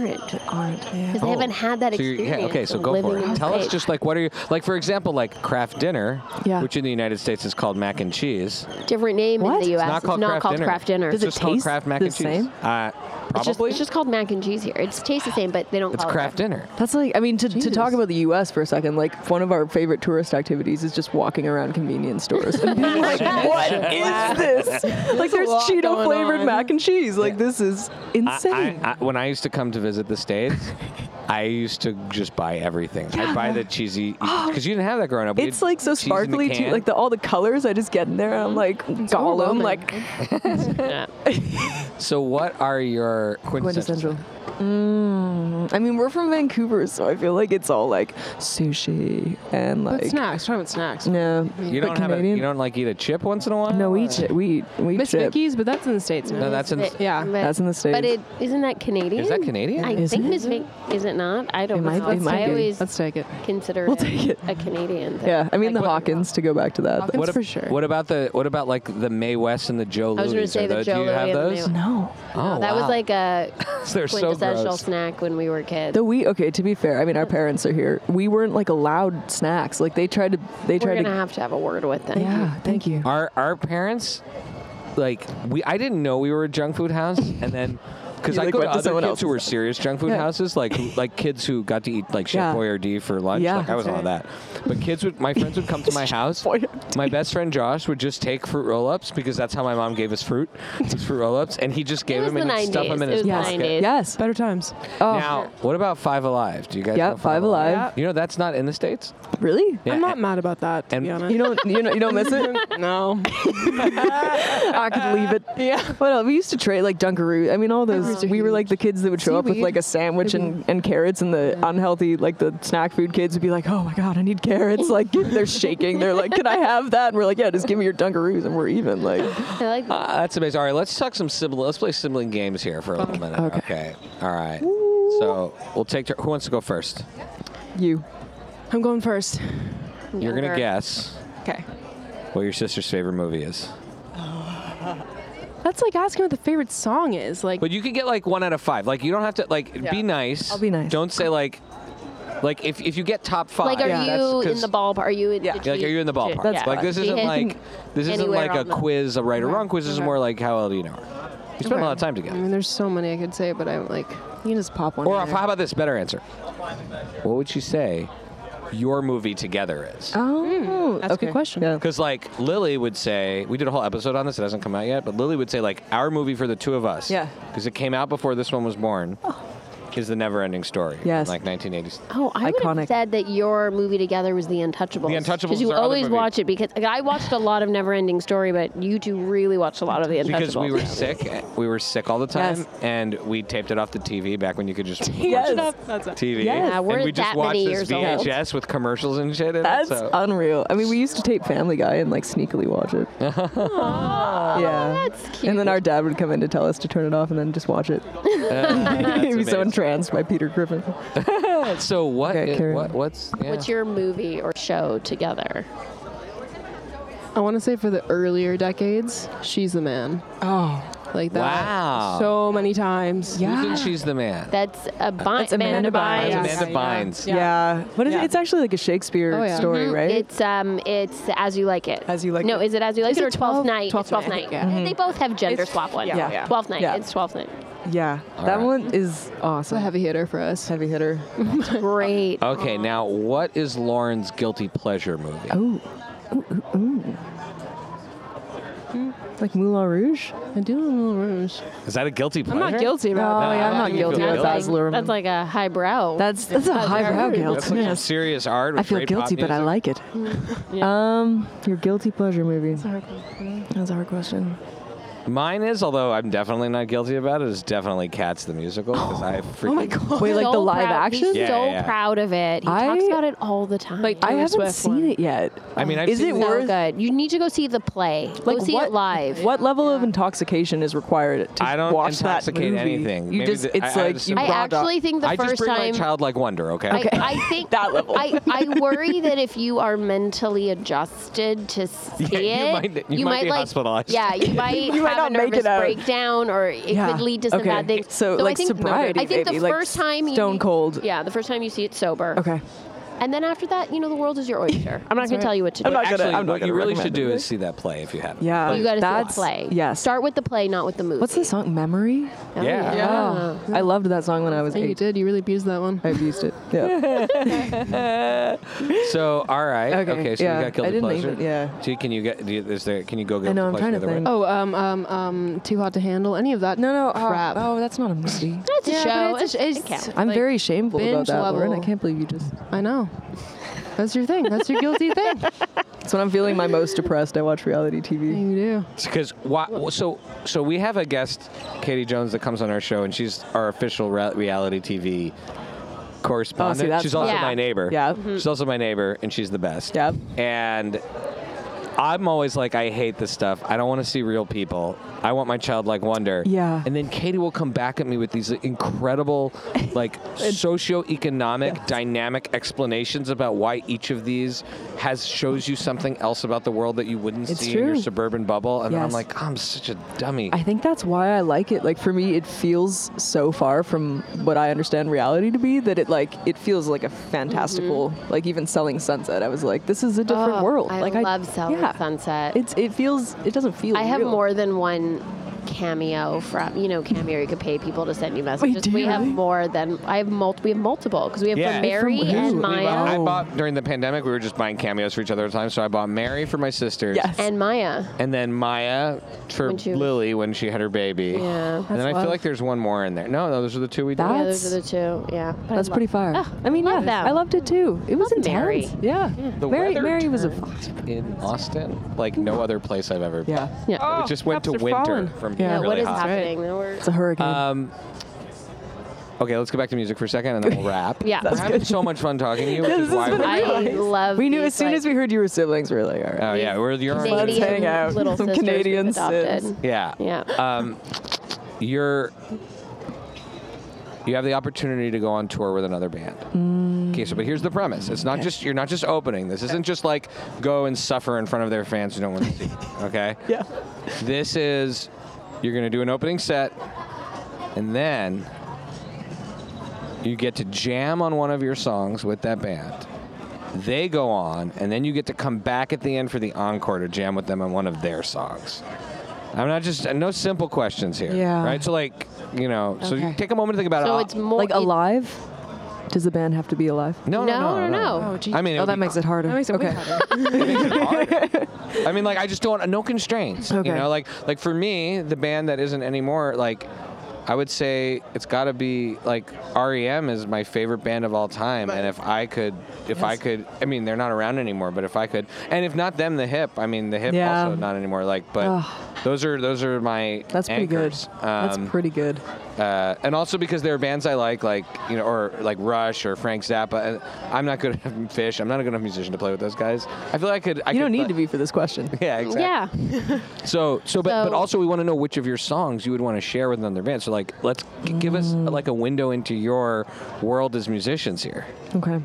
Speaker 2: Aren't
Speaker 3: because they haven't had that
Speaker 4: Oh. So you're-
Speaker 3: experience.
Speaker 4: yeah, okay, so
Speaker 3: of
Speaker 4: go for
Speaker 3: living in
Speaker 4: it.
Speaker 3: the
Speaker 4: Tell us
Speaker 3: States.
Speaker 4: just like what are you like? For example, like Kraft dinner,
Speaker 2: Yeah.
Speaker 4: which in the United States is called mac and cheese.
Speaker 3: different name
Speaker 2: What?
Speaker 3: in the
Speaker 2: It's
Speaker 3: U.S.
Speaker 4: not called Kraft dinner.
Speaker 3: Kraft dinner.
Speaker 2: Does
Speaker 4: It's
Speaker 2: it
Speaker 4: just called
Speaker 2: taste
Speaker 4: Kraft mac
Speaker 2: the
Speaker 4: and cheese.
Speaker 2: same?
Speaker 4: Uh,
Speaker 3: It's just,
Speaker 4: probably.
Speaker 3: it's just called mac and cheese here. It tastes the same, but they don't
Speaker 4: It's
Speaker 3: call
Speaker 4: Kraft
Speaker 3: it.
Speaker 4: dinner.
Speaker 2: That's like I mean to, to talk about the U.S. for a second. Like one of our favorite tourist activities is just walking around convenience (laughs) stores. And being like,
Speaker 3: (laughs)
Speaker 2: what
Speaker 4: (laughs)
Speaker 2: is this? Like there's
Speaker 5: lot
Speaker 2: Cheeto flavored
Speaker 5: going on.
Speaker 2: mac and cheese. Like this is
Speaker 4: I,
Speaker 2: insane.
Speaker 4: I, I, when I used to come to visit the states, I used to just buy everything. I buy the
Speaker 2: (gasps)
Speaker 4: cheesy because you didn't have that growing up. We
Speaker 2: Oh. It's
Speaker 4: had
Speaker 2: like so
Speaker 4: cheese in the
Speaker 2: sparkly too.
Speaker 4: can.
Speaker 2: Like the all the colors, I just get in there and I'm like Gollum.
Speaker 5: overwhelming.
Speaker 2: Like
Speaker 3: Yeah.
Speaker 4: so, what are your quintessential?
Speaker 2: quintessential. Mm, I mean, we're from Vancouver, so I feel like it's all like sushi and like
Speaker 5: But snacks. Talking about snacks.
Speaker 2: no.
Speaker 4: You
Speaker 2: but
Speaker 4: don't have a,
Speaker 2: Canadian.
Speaker 4: you don't like eat a chip once in a while.
Speaker 2: no, we
Speaker 4: Or-
Speaker 2: eat chi- we eat we eat
Speaker 5: Miss
Speaker 2: chip.
Speaker 5: Vicky's, but that's in the states.
Speaker 4: No, that's in.
Speaker 3: But-
Speaker 5: Yeah.
Speaker 3: but-
Speaker 2: That's in the States.
Speaker 3: But it isn't that Canadian?
Speaker 4: Is that Canadian?
Speaker 3: I
Speaker 2: Isn't
Speaker 3: think
Speaker 2: it?
Speaker 3: Miss Vic is it not? I don't
Speaker 2: It might-
Speaker 3: know.
Speaker 2: it might
Speaker 3: I
Speaker 2: be.
Speaker 3: always
Speaker 5: Let's take it.
Speaker 3: consider
Speaker 2: We'll
Speaker 3: it,
Speaker 2: take it.
Speaker 3: a Canadian thing.
Speaker 2: yeah, I mean
Speaker 3: Like,
Speaker 2: the
Speaker 3: what-
Speaker 2: Hawkins to go back to that.
Speaker 5: Hawkins
Speaker 4: what,
Speaker 5: That's for sure.
Speaker 4: What about the what about like the May West and the Joe Louis?
Speaker 3: was gonna say the
Speaker 4: do
Speaker 3: Joe
Speaker 4: you have
Speaker 3: Louis and the
Speaker 4: those?
Speaker 3: May-
Speaker 2: No,
Speaker 4: oh,
Speaker 3: That was
Speaker 4: wow.
Speaker 3: like a
Speaker 4: they're so
Speaker 3: quintessential
Speaker 4: gross.
Speaker 3: snack when we were kids.
Speaker 2: Though we okay. To be fair, I mean our parents are here. We weren't like allowed snacks. Like they tried to. They
Speaker 3: we're
Speaker 2: tried
Speaker 3: gonna
Speaker 2: to.
Speaker 3: have to have a word with them.
Speaker 2: yeah. Thank you.
Speaker 4: our our parents like we I didn't know we were a junk food house and then because
Speaker 2: You,
Speaker 4: I
Speaker 2: like,
Speaker 4: go to
Speaker 2: went to
Speaker 4: other
Speaker 2: someone
Speaker 4: kids who
Speaker 2: else's
Speaker 4: were serious junk food
Speaker 2: Yeah.
Speaker 4: houses like who- like kids who got to eat like Chef
Speaker 2: Yeah.
Speaker 4: Boyardee for lunch
Speaker 2: Yeah.
Speaker 4: like I was all that but kids would my friends would come
Speaker 3: (laughs)
Speaker 4: to my house
Speaker 2: Boyardee.
Speaker 4: my best friend Josh would just take fruit roll ups because that's how my mom gave us fruit was fruit roll ups and he just gave
Speaker 3: was
Speaker 4: them and
Speaker 3: the
Speaker 4: he'd stuff
Speaker 3: 90s.
Speaker 4: them in
Speaker 3: It
Speaker 4: his
Speaker 3: was the
Speaker 4: pocket
Speaker 3: 90s.
Speaker 2: Yes.
Speaker 5: Better times.
Speaker 2: Oh,
Speaker 4: now what about Five Alive do you guys
Speaker 2: Yeah,
Speaker 4: know
Speaker 2: Five Alive.
Speaker 4: you know that's not in the states
Speaker 2: really?
Speaker 4: Yeah,
Speaker 5: I'm not
Speaker 4: and-
Speaker 5: mad about that. To
Speaker 4: and-
Speaker 5: be honest.
Speaker 2: You don't. You know. You don't miss it.
Speaker 5: (laughs) no.
Speaker 2: I could leave it. Yeah. What else? We used to trade like Dunkaroos. I mean, all those. We were like the kids that would show up with
Speaker 5: Seaweed.
Speaker 2: like a sandwich and, and carrots, and the unhealthy, like the snack food kids would be like, "Oh my god, I need carrots!" Like (laughs) they're shaking. They're like, "Can I have that?" And we're like, "Yeah, just give me your Dunkaroos," and we're even. Like,
Speaker 3: I like that.
Speaker 4: Ah, that's amazing. All right, let's talk some sibling. Let's play sibling games here for a little minute. Okay. All right. So we'll take. tur- Who wants to go first?
Speaker 2: you.
Speaker 5: (laughs) I'm going first.
Speaker 4: You're gonna
Speaker 3: Younger.
Speaker 4: guess
Speaker 5: Okay.
Speaker 4: what your sister's favorite movie is.
Speaker 5: That's like asking what the favorite song is. Like,
Speaker 4: But you can get like one out of five. Like you don't have to like be nice.
Speaker 2: I'll be nice.
Speaker 4: Don't say like, like if, if you get top five.
Speaker 3: Like, are
Speaker 4: that's
Speaker 3: you
Speaker 4: 'cause-
Speaker 3: in the ballpark? Are you in
Speaker 2: Yeah.
Speaker 3: the
Speaker 4: Like, are you in the ballpark?
Speaker 2: That's
Speaker 4: like this
Speaker 3: She
Speaker 4: isn't
Speaker 3: hit
Speaker 4: like this isn't
Speaker 3: anywhere
Speaker 4: like a
Speaker 3: on the-
Speaker 4: quiz, a right or wrong quiz. This is
Speaker 5: Okay. Mm-hmm.
Speaker 4: more like how well do you know her? You spent a lot of time
Speaker 5: I mean,
Speaker 4: together.
Speaker 5: there's so many I could say, but I'm like,
Speaker 2: You just pop one.
Speaker 4: Or how about this better answer? What would you say your movie together is?
Speaker 2: Oh,
Speaker 5: that's a good
Speaker 2: okay.
Speaker 5: question.
Speaker 2: Yeah.
Speaker 4: Because like Lily would say, we did a whole episode on this. It hasn't come out yet, but Lily would say like our movie for the two of us.
Speaker 2: Yeah.
Speaker 4: Because it came out before this one was born. Is the Neverending Story? from,
Speaker 2: Yes.
Speaker 4: Like 1980s.
Speaker 3: Oh, I would
Speaker 2: Iconic.
Speaker 3: have said that your movie together was The Untouchables.
Speaker 4: The Untouchables
Speaker 3: Because
Speaker 4: is
Speaker 3: you
Speaker 4: our other
Speaker 3: always
Speaker 4: movie.
Speaker 3: watch it. Because like, I watched a lot of Never Ending Story, but you two really watched a lot of The Untouchables.
Speaker 4: Because we were sick, eh, we were sick all the time,
Speaker 2: Yes.
Speaker 4: and we taped it off the TV back when you could just
Speaker 2: Yes.
Speaker 4: watch TV.
Speaker 2: Yes. Yeah,
Speaker 4: and
Speaker 3: we're
Speaker 4: we just
Speaker 3: that
Speaker 4: watched
Speaker 3: many
Speaker 4: this
Speaker 3: years old.
Speaker 4: VHS with commercials and shit. In
Speaker 2: That's
Speaker 4: it, so. (laughs)
Speaker 2: unreal. I mean, we used to tape Family Guy and like sneakily watch it. yeah.
Speaker 3: That's cute.
Speaker 2: And then our dad would come in to tell us to turn it off and then just watch it. (laughs) He'd be
Speaker 4: amazing.
Speaker 2: so entranced by Peter Griffin.
Speaker 4: so what?
Speaker 2: Okay,
Speaker 4: i-
Speaker 2: carry
Speaker 4: what
Speaker 2: on.
Speaker 4: what's? Yeah.
Speaker 3: What's your movie or show together?
Speaker 5: I want to say for the earlier decades, she's the man.
Speaker 2: Oh,
Speaker 5: Like that.
Speaker 4: Wow.
Speaker 5: So many times.
Speaker 4: You think she's the man?
Speaker 3: That's a bind.
Speaker 2: That's Amanda Bynes.
Speaker 5: Yeah,
Speaker 4: Amanda
Speaker 5: yeah,
Speaker 4: Bynes.
Speaker 5: yeah.
Speaker 2: Yeah. What is
Speaker 5: Yeah.
Speaker 2: it? It's actually like a Shakespeare
Speaker 5: Oh, yeah.
Speaker 2: story, right?
Speaker 3: It's um, it's as you like it.
Speaker 2: As You Like
Speaker 3: no,
Speaker 2: It.
Speaker 3: is it as you like
Speaker 5: Is
Speaker 3: it
Speaker 5: it
Speaker 3: or Twelfth
Speaker 5: 12th?
Speaker 3: Night? It's
Speaker 5: 12th
Speaker 3: Twelfth Night.
Speaker 5: Night, yeah.
Speaker 3: They both have gender swap one.
Speaker 5: yeah, yeah.
Speaker 3: Twelfth Night.
Speaker 2: Yeah.
Speaker 3: It's
Speaker 2: (laughs)
Speaker 3: Twelfth Night.
Speaker 2: yeah. that
Speaker 4: right.
Speaker 2: one is awesome.
Speaker 5: It's a heavy hitter for us.
Speaker 2: heavy hitter.
Speaker 3: Great.
Speaker 4: Okay, now what is Lauren's guilty pleasure movie?
Speaker 2: Ooh. Ooh, ooh, ooh. Like Moulin Rouge?
Speaker 5: I do a little rouge.
Speaker 4: Is that a guilty
Speaker 5: I'm
Speaker 4: pleasure?
Speaker 5: not guilty about
Speaker 4: No,
Speaker 5: that.
Speaker 4: yeah, I'm not guilty
Speaker 3: That's
Speaker 4: about
Speaker 3: like-
Speaker 2: Baz
Speaker 3: That's like a highbrow.
Speaker 2: That's that's a highbrow guilt.
Speaker 4: That's like some serious art.
Speaker 2: I
Speaker 4: with
Speaker 2: feel
Speaker 4: great pop
Speaker 2: guilty, but I
Speaker 4: music.
Speaker 2: like it. (laughs) Um, your guilty pleasure movie. That's a hard question.
Speaker 4: Mine is, although I'm definitely not guilty about it, is definitely Cats the musical because I freaking. Oh my god!
Speaker 2: Wait, like the
Speaker 3: So
Speaker 2: live
Speaker 3: proud-
Speaker 2: action?
Speaker 3: He's
Speaker 4: Yeah,
Speaker 3: so
Speaker 4: yeah, yeah.
Speaker 3: proud of it. He
Speaker 2: I-
Speaker 3: talks about it all the time.
Speaker 5: Like,
Speaker 2: I
Speaker 5: Taylor
Speaker 2: haven't
Speaker 5: Swift
Speaker 2: seen
Speaker 5: one.
Speaker 2: it yet.
Speaker 4: I mean, I've
Speaker 2: is
Speaker 4: seen
Speaker 2: it
Speaker 4: that.
Speaker 3: so
Speaker 2: worth
Speaker 3: good. You need to go see the play.
Speaker 2: like
Speaker 3: go see
Speaker 2: what,
Speaker 3: it live.
Speaker 2: What level of intoxication is required to
Speaker 4: I don't
Speaker 2: watch that
Speaker 4: intoxicate
Speaker 2: movie?
Speaker 4: anything.
Speaker 2: You
Speaker 4: Maybe
Speaker 2: just,
Speaker 4: the-
Speaker 2: it's
Speaker 4: I- I
Speaker 2: like
Speaker 4: just-
Speaker 2: you
Speaker 3: I
Speaker 2: raw dog-
Speaker 3: actually think the
Speaker 4: I just
Speaker 3: first
Speaker 4: bring
Speaker 3: time.
Speaker 4: my childlike wonder. Okay.
Speaker 3: I, I think
Speaker 2: (laughs) That level.
Speaker 3: I, I
Speaker 2: (laughs)
Speaker 3: worry that if you are mentally adjusted to see
Speaker 4: Yeah, you
Speaker 3: it,
Speaker 4: might- you might be
Speaker 3: like,
Speaker 4: hospitalized.
Speaker 3: Yeah,
Speaker 4: (laughs)
Speaker 3: you might
Speaker 2: You might
Speaker 3: have
Speaker 2: not
Speaker 3: a
Speaker 2: make
Speaker 3: nervous
Speaker 2: it out.
Speaker 3: breakdown, or it
Speaker 2: Yeah.
Speaker 3: could lead to some
Speaker 2: Okay.
Speaker 3: bad things.
Speaker 2: So,
Speaker 3: I
Speaker 2: like,
Speaker 3: think-
Speaker 2: sobriety,
Speaker 3: I think
Speaker 2: maybe,
Speaker 3: the
Speaker 2: like,
Speaker 3: first time you
Speaker 2: stone cold.
Speaker 3: Yeah, the first time you see it sober.
Speaker 2: Okay.
Speaker 3: And then after that, you know, the world is your oyster. I'm not going to tell you what to do.
Speaker 2: I'm not gonna-
Speaker 4: Actually,
Speaker 2: I'm not
Speaker 4: what
Speaker 2: gonna
Speaker 4: you really
Speaker 2: recommend
Speaker 4: should do
Speaker 2: it.
Speaker 4: is see that play if you haven't.
Speaker 2: Yeah.
Speaker 3: you got to see the
Speaker 2: That's-
Speaker 3: play.
Speaker 2: Yes.
Speaker 3: Start with the play, not with the movie.
Speaker 2: What's the song? Memory.
Speaker 3: Oh,
Speaker 4: Yeah.
Speaker 2: Oh, I loved that song when I was
Speaker 5: Yeah, you
Speaker 2: eight.
Speaker 5: did. You really abused that one.
Speaker 2: I abused it. Yeah.
Speaker 4: So all right. Okay.
Speaker 2: Okay,
Speaker 4: so
Speaker 2: yeah.
Speaker 4: you got guilty
Speaker 2: I didn't
Speaker 4: pleasure.
Speaker 2: even- yeah.
Speaker 4: Do you, can you get? Do you, is there? Can you go guilty
Speaker 2: I know. I'm
Speaker 4: pleasure
Speaker 2: trying to
Speaker 4: the other way?
Speaker 2: think.
Speaker 5: Oh, um, um, um, too hot to handle. Any of that?
Speaker 2: no, no. uh,
Speaker 5: crap.
Speaker 2: oh, that's not a movie.
Speaker 3: It's a
Speaker 5: Yeah,
Speaker 3: show.
Speaker 5: but
Speaker 3: It's-
Speaker 5: it's- it's-
Speaker 3: it counts.
Speaker 2: I'm
Speaker 5: Like,
Speaker 2: very shameful about
Speaker 5: binge
Speaker 2: that, Lauren. I
Speaker 5: level.
Speaker 2: can't believe you just.
Speaker 5: I know. That's your thing. That's your
Speaker 2: (laughs)
Speaker 5: guilty thing.
Speaker 2: It's when I'm feeling my most depressed. I watch reality TV.
Speaker 5: You do.
Speaker 4: Because why? So so we have a guest, Katie Jones, that comes on our show, and she's our official re- reality TV correspondent.
Speaker 2: Oh, that's
Speaker 4: she's also
Speaker 3: fun.
Speaker 4: my neighbor.
Speaker 2: Yeah. Mm-hmm.
Speaker 4: She's also my neighbor, and she's the best.
Speaker 2: Yeah.
Speaker 4: And I'm always like, I hate this stuff. I don't want to see real people. I want my childlike wonder.
Speaker 2: Yeah.
Speaker 4: And then Katie will come back at me with these incredible,
Speaker 2: (laughs)
Speaker 4: like, socioeconomic dynamic explanations about why each of these has shows you something else about the world that you wouldn't
Speaker 2: It's
Speaker 4: see in your
Speaker 2: true.
Speaker 4: suburban bubble. And then I'm
Speaker 2: Yes.
Speaker 4: like, "Oh, I'm such a dummy.
Speaker 2: I think that's why I like it. Like for me, it feels so far from what I understand reality to be that it like it feels like a fantastical. Like even selling sunset, I was like, this is a different
Speaker 3: Mm-hmm. Oh,
Speaker 2: world.
Speaker 3: I
Speaker 2: like
Speaker 3: love Selling
Speaker 2: yeah.
Speaker 3: Sunset.
Speaker 2: It's it feels it doesn't feel.
Speaker 3: I have
Speaker 2: real.
Speaker 3: more than one cameo from you know cameo you could pay people to send you messages
Speaker 2: do
Speaker 3: we
Speaker 2: Oh, you
Speaker 3: have
Speaker 2: really?
Speaker 3: more than i have multiple we have multiple because we have
Speaker 4: Yeah.
Speaker 3: from
Speaker 4: Hey,
Speaker 3: mary
Speaker 2: from who?
Speaker 3: and
Speaker 2: We
Speaker 3: maya
Speaker 4: I
Speaker 2: Oh.
Speaker 4: bought during the pandemic. We were just buying cameos for each other at the time. So I bought Mary for my sisters,
Speaker 2: Yes.
Speaker 3: and maya
Speaker 4: and then Maya for
Speaker 3: When she was-
Speaker 4: Lily when she had her baby.
Speaker 3: yeah
Speaker 4: and then I
Speaker 2: love.
Speaker 4: feel like there's one more in there. No, no, those are the two we did.
Speaker 2: That-
Speaker 3: yeah those are the two yeah But I
Speaker 2: That's
Speaker 3: love-
Speaker 2: pretty far.
Speaker 3: Oh,
Speaker 2: I mean,
Speaker 3: love
Speaker 2: yeah,
Speaker 3: them.
Speaker 2: I loved it too. It was
Speaker 3: Love
Speaker 2: intense.
Speaker 3: Mary.
Speaker 2: Yeah.
Speaker 4: The
Speaker 2: Mary,
Speaker 4: weather
Speaker 2: Mary was a.
Speaker 4: turned in Austin like no other place I've ever been.
Speaker 2: Yeah.
Speaker 3: yeah,
Speaker 4: It just went to
Speaker 5: caps are
Speaker 4: winter
Speaker 5: falling.
Speaker 4: from
Speaker 2: Yeah,
Speaker 4: being
Speaker 3: Yeah,
Speaker 4: Oh, really
Speaker 3: what is
Speaker 4: hot.
Speaker 3: happening There were-
Speaker 2: It's a hurricane.
Speaker 4: Um, okay, let's go back to music for a second and then we'll wrap.
Speaker 3: Yeah.
Speaker 4: We're
Speaker 3: That's
Speaker 4: having so much fun talking to you, which
Speaker 2: This
Speaker 4: is
Speaker 2: has
Speaker 4: why
Speaker 2: been
Speaker 4: we're.
Speaker 3: i
Speaker 2: Nice.
Speaker 3: love
Speaker 2: we knew
Speaker 3: these,
Speaker 2: as soon
Speaker 3: like,
Speaker 2: as we heard you were siblings, we were like, all right.
Speaker 4: Oh, yeah, we're your
Speaker 2: Let's
Speaker 3: Canadian
Speaker 2: hang out.
Speaker 3: little
Speaker 2: Some
Speaker 3: sisters we've
Speaker 2: Canadian
Speaker 3: adopted.
Speaker 2: sibs.
Speaker 4: Yeah.
Speaker 3: yeah
Speaker 4: Um, you're you have the opportunity to go on tour with another band.
Speaker 2: Mm.
Speaker 4: Okay, so but here's the premise: it's not just you're not just opening. This isn't just like go and suffer in front of their fans who don't want to see. you,
Speaker 2: (laughs)
Speaker 4: Okay,
Speaker 2: Yeah.
Speaker 4: this is you're gonna do an opening set, and then you get to jam on one of your songs with that band. They go on, and then you get to come back at the end for the encore to jam with them on one of their songs. I'm not just no simple questions here.
Speaker 2: Yeah.
Speaker 4: Right. So like you know, so you
Speaker 5: Okay.
Speaker 4: take a moment to think about it.
Speaker 3: so
Speaker 4: I'll-
Speaker 3: it's more e-
Speaker 2: Like
Speaker 3: it-
Speaker 2: alive? Does the band have to be alive?
Speaker 4: no, no,
Speaker 3: No,
Speaker 4: no,
Speaker 3: no, no.
Speaker 5: Oh, geez.
Speaker 4: I mean, it
Speaker 2: Oh,
Speaker 4: would
Speaker 2: that
Speaker 4: be-
Speaker 2: makes it harder.
Speaker 5: That makes it way
Speaker 2: okay.
Speaker 5: harder.
Speaker 4: (laughs) I mean, like I just don't no constraints.
Speaker 2: Okay.
Speaker 4: You know, like like for me, the band that isn't anymore, like I would say it's got to be like REM is my favorite band of all time, and if I could, if I could, I mean, they're not around anymore, but if I could, and if not them, the Hip. I mean, the Hip
Speaker 2: Yeah.
Speaker 4: also not anymore. Like, but
Speaker 2: Ugh.
Speaker 4: those are those are my
Speaker 2: That's pretty
Speaker 4: anchors. Um,
Speaker 2: good. That's pretty good.
Speaker 4: uh, and also because there are bands I like, like you know, or like Rush or Frank Zappa. And I'm not good (laughs) enough Fish. I'm not a good enough musician to play with those guys. I feel like I could. I
Speaker 2: You
Speaker 4: could
Speaker 2: don't
Speaker 4: play-
Speaker 2: need to be for this question.
Speaker 4: (laughs) Yeah, exactly.
Speaker 3: yeah
Speaker 4: So, so, but, but
Speaker 3: So-
Speaker 4: also we want to know which of your songs you would want to share with another band. So, like, let's g- give us
Speaker 2: Mm.
Speaker 4: like a window into your world as musicians here.
Speaker 2: Okay.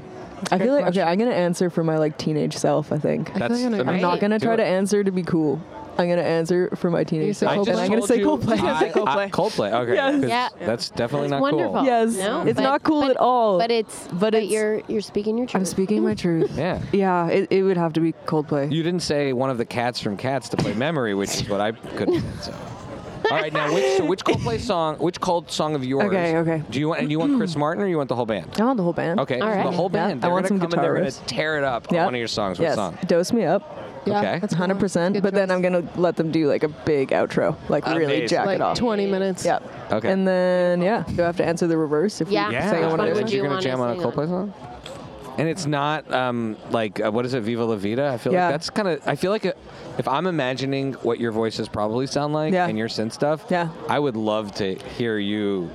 Speaker 2: I
Speaker 5: good
Speaker 2: feel like okay,
Speaker 5: question.
Speaker 2: I'm gonna answer for my like teenage self. I think
Speaker 5: feel
Speaker 4: That's
Speaker 5: like I'm
Speaker 4: the
Speaker 5: not-
Speaker 2: I'm not
Speaker 3: Right.
Speaker 2: gonna
Speaker 4: Do
Speaker 2: try
Speaker 4: it.
Speaker 2: to answer to be cool. I'm gonna answer for my teenage
Speaker 5: said
Speaker 2: self,
Speaker 5: Coldplay.
Speaker 2: and I'm gonna
Speaker 4: told
Speaker 2: (laughs) say
Speaker 4: you
Speaker 2: Coldplay.
Speaker 4: I-
Speaker 5: say Coldplay.
Speaker 4: I- Coldplay. Okay.
Speaker 2: Yes.
Speaker 4: 'cause
Speaker 3: Yeah.
Speaker 4: That's definitely not
Speaker 3: wonderful
Speaker 4: cool.
Speaker 2: Yes.
Speaker 3: No,
Speaker 2: It's not cool
Speaker 3: but-
Speaker 2: at all.
Speaker 3: but it's but,
Speaker 2: But it's-
Speaker 3: you're you're speaking your truth
Speaker 2: I'm speaking my truth.
Speaker 4: Yeah.
Speaker 2: Yeah, it, it would have to be Coldplay.
Speaker 4: You didn't say one of the cats from Cats to play Memory, which is what I couldn't.
Speaker 2: (laughs)
Speaker 4: So. All right, now which so which Coldplay song, which Cold song of yours?
Speaker 2: Okay, okay.
Speaker 4: Do you want and you want
Speaker 2: (clears throat)
Speaker 4: Chris Martin or you want the whole band?
Speaker 2: I want the whole band.
Speaker 4: Okay, so the
Speaker 3: right.
Speaker 4: whole
Speaker 2: Yeah,
Speaker 4: band.
Speaker 2: I
Speaker 4: They're
Speaker 2: want
Speaker 4: gonna
Speaker 2: some
Speaker 4: come and they're gonna
Speaker 2: guitarists.
Speaker 4: tear it up
Speaker 2: Yeah.
Speaker 4: on one of your songs. What
Speaker 2: Yes.
Speaker 4: song?
Speaker 2: Dose me up.
Speaker 5: Yeah,
Speaker 4: Okay.
Speaker 5: that's
Speaker 2: Hundred percent.
Speaker 5: Good
Speaker 2: But then
Speaker 5: choice.
Speaker 2: I'm gonna let them do like a big outro, like really
Speaker 4: Amazing.
Speaker 2: jack
Speaker 5: like
Speaker 2: it off.
Speaker 5: 20 minutes.
Speaker 2: Yeah.
Speaker 4: Okay.
Speaker 2: And then yeah, do I have to answer the reverse? If
Speaker 3: Yeah.
Speaker 2: We
Speaker 4: Yeah.
Speaker 2: Sing
Speaker 3: Which
Speaker 2: on one
Speaker 3: one
Speaker 2: of
Speaker 3: would
Speaker 2: those?
Speaker 3: you
Speaker 4: are gonna
Speaker 3: wanna
Speaker 4: jam on a
Speaker 3: sing on?
Speaker 4: Coldplay song? And it's not um, like uh, what is it, Viva La Vida? I feel
Speaker 2: Yeah.
Speaker 4: like that's kind of. I feel like it, if I'm imagining what your voices probably sound like
Speaker 2: Yeah.
Speaker 4: and your synth stuff,
Speaker 2: Yeah.
Speaker 4: I would love to hear you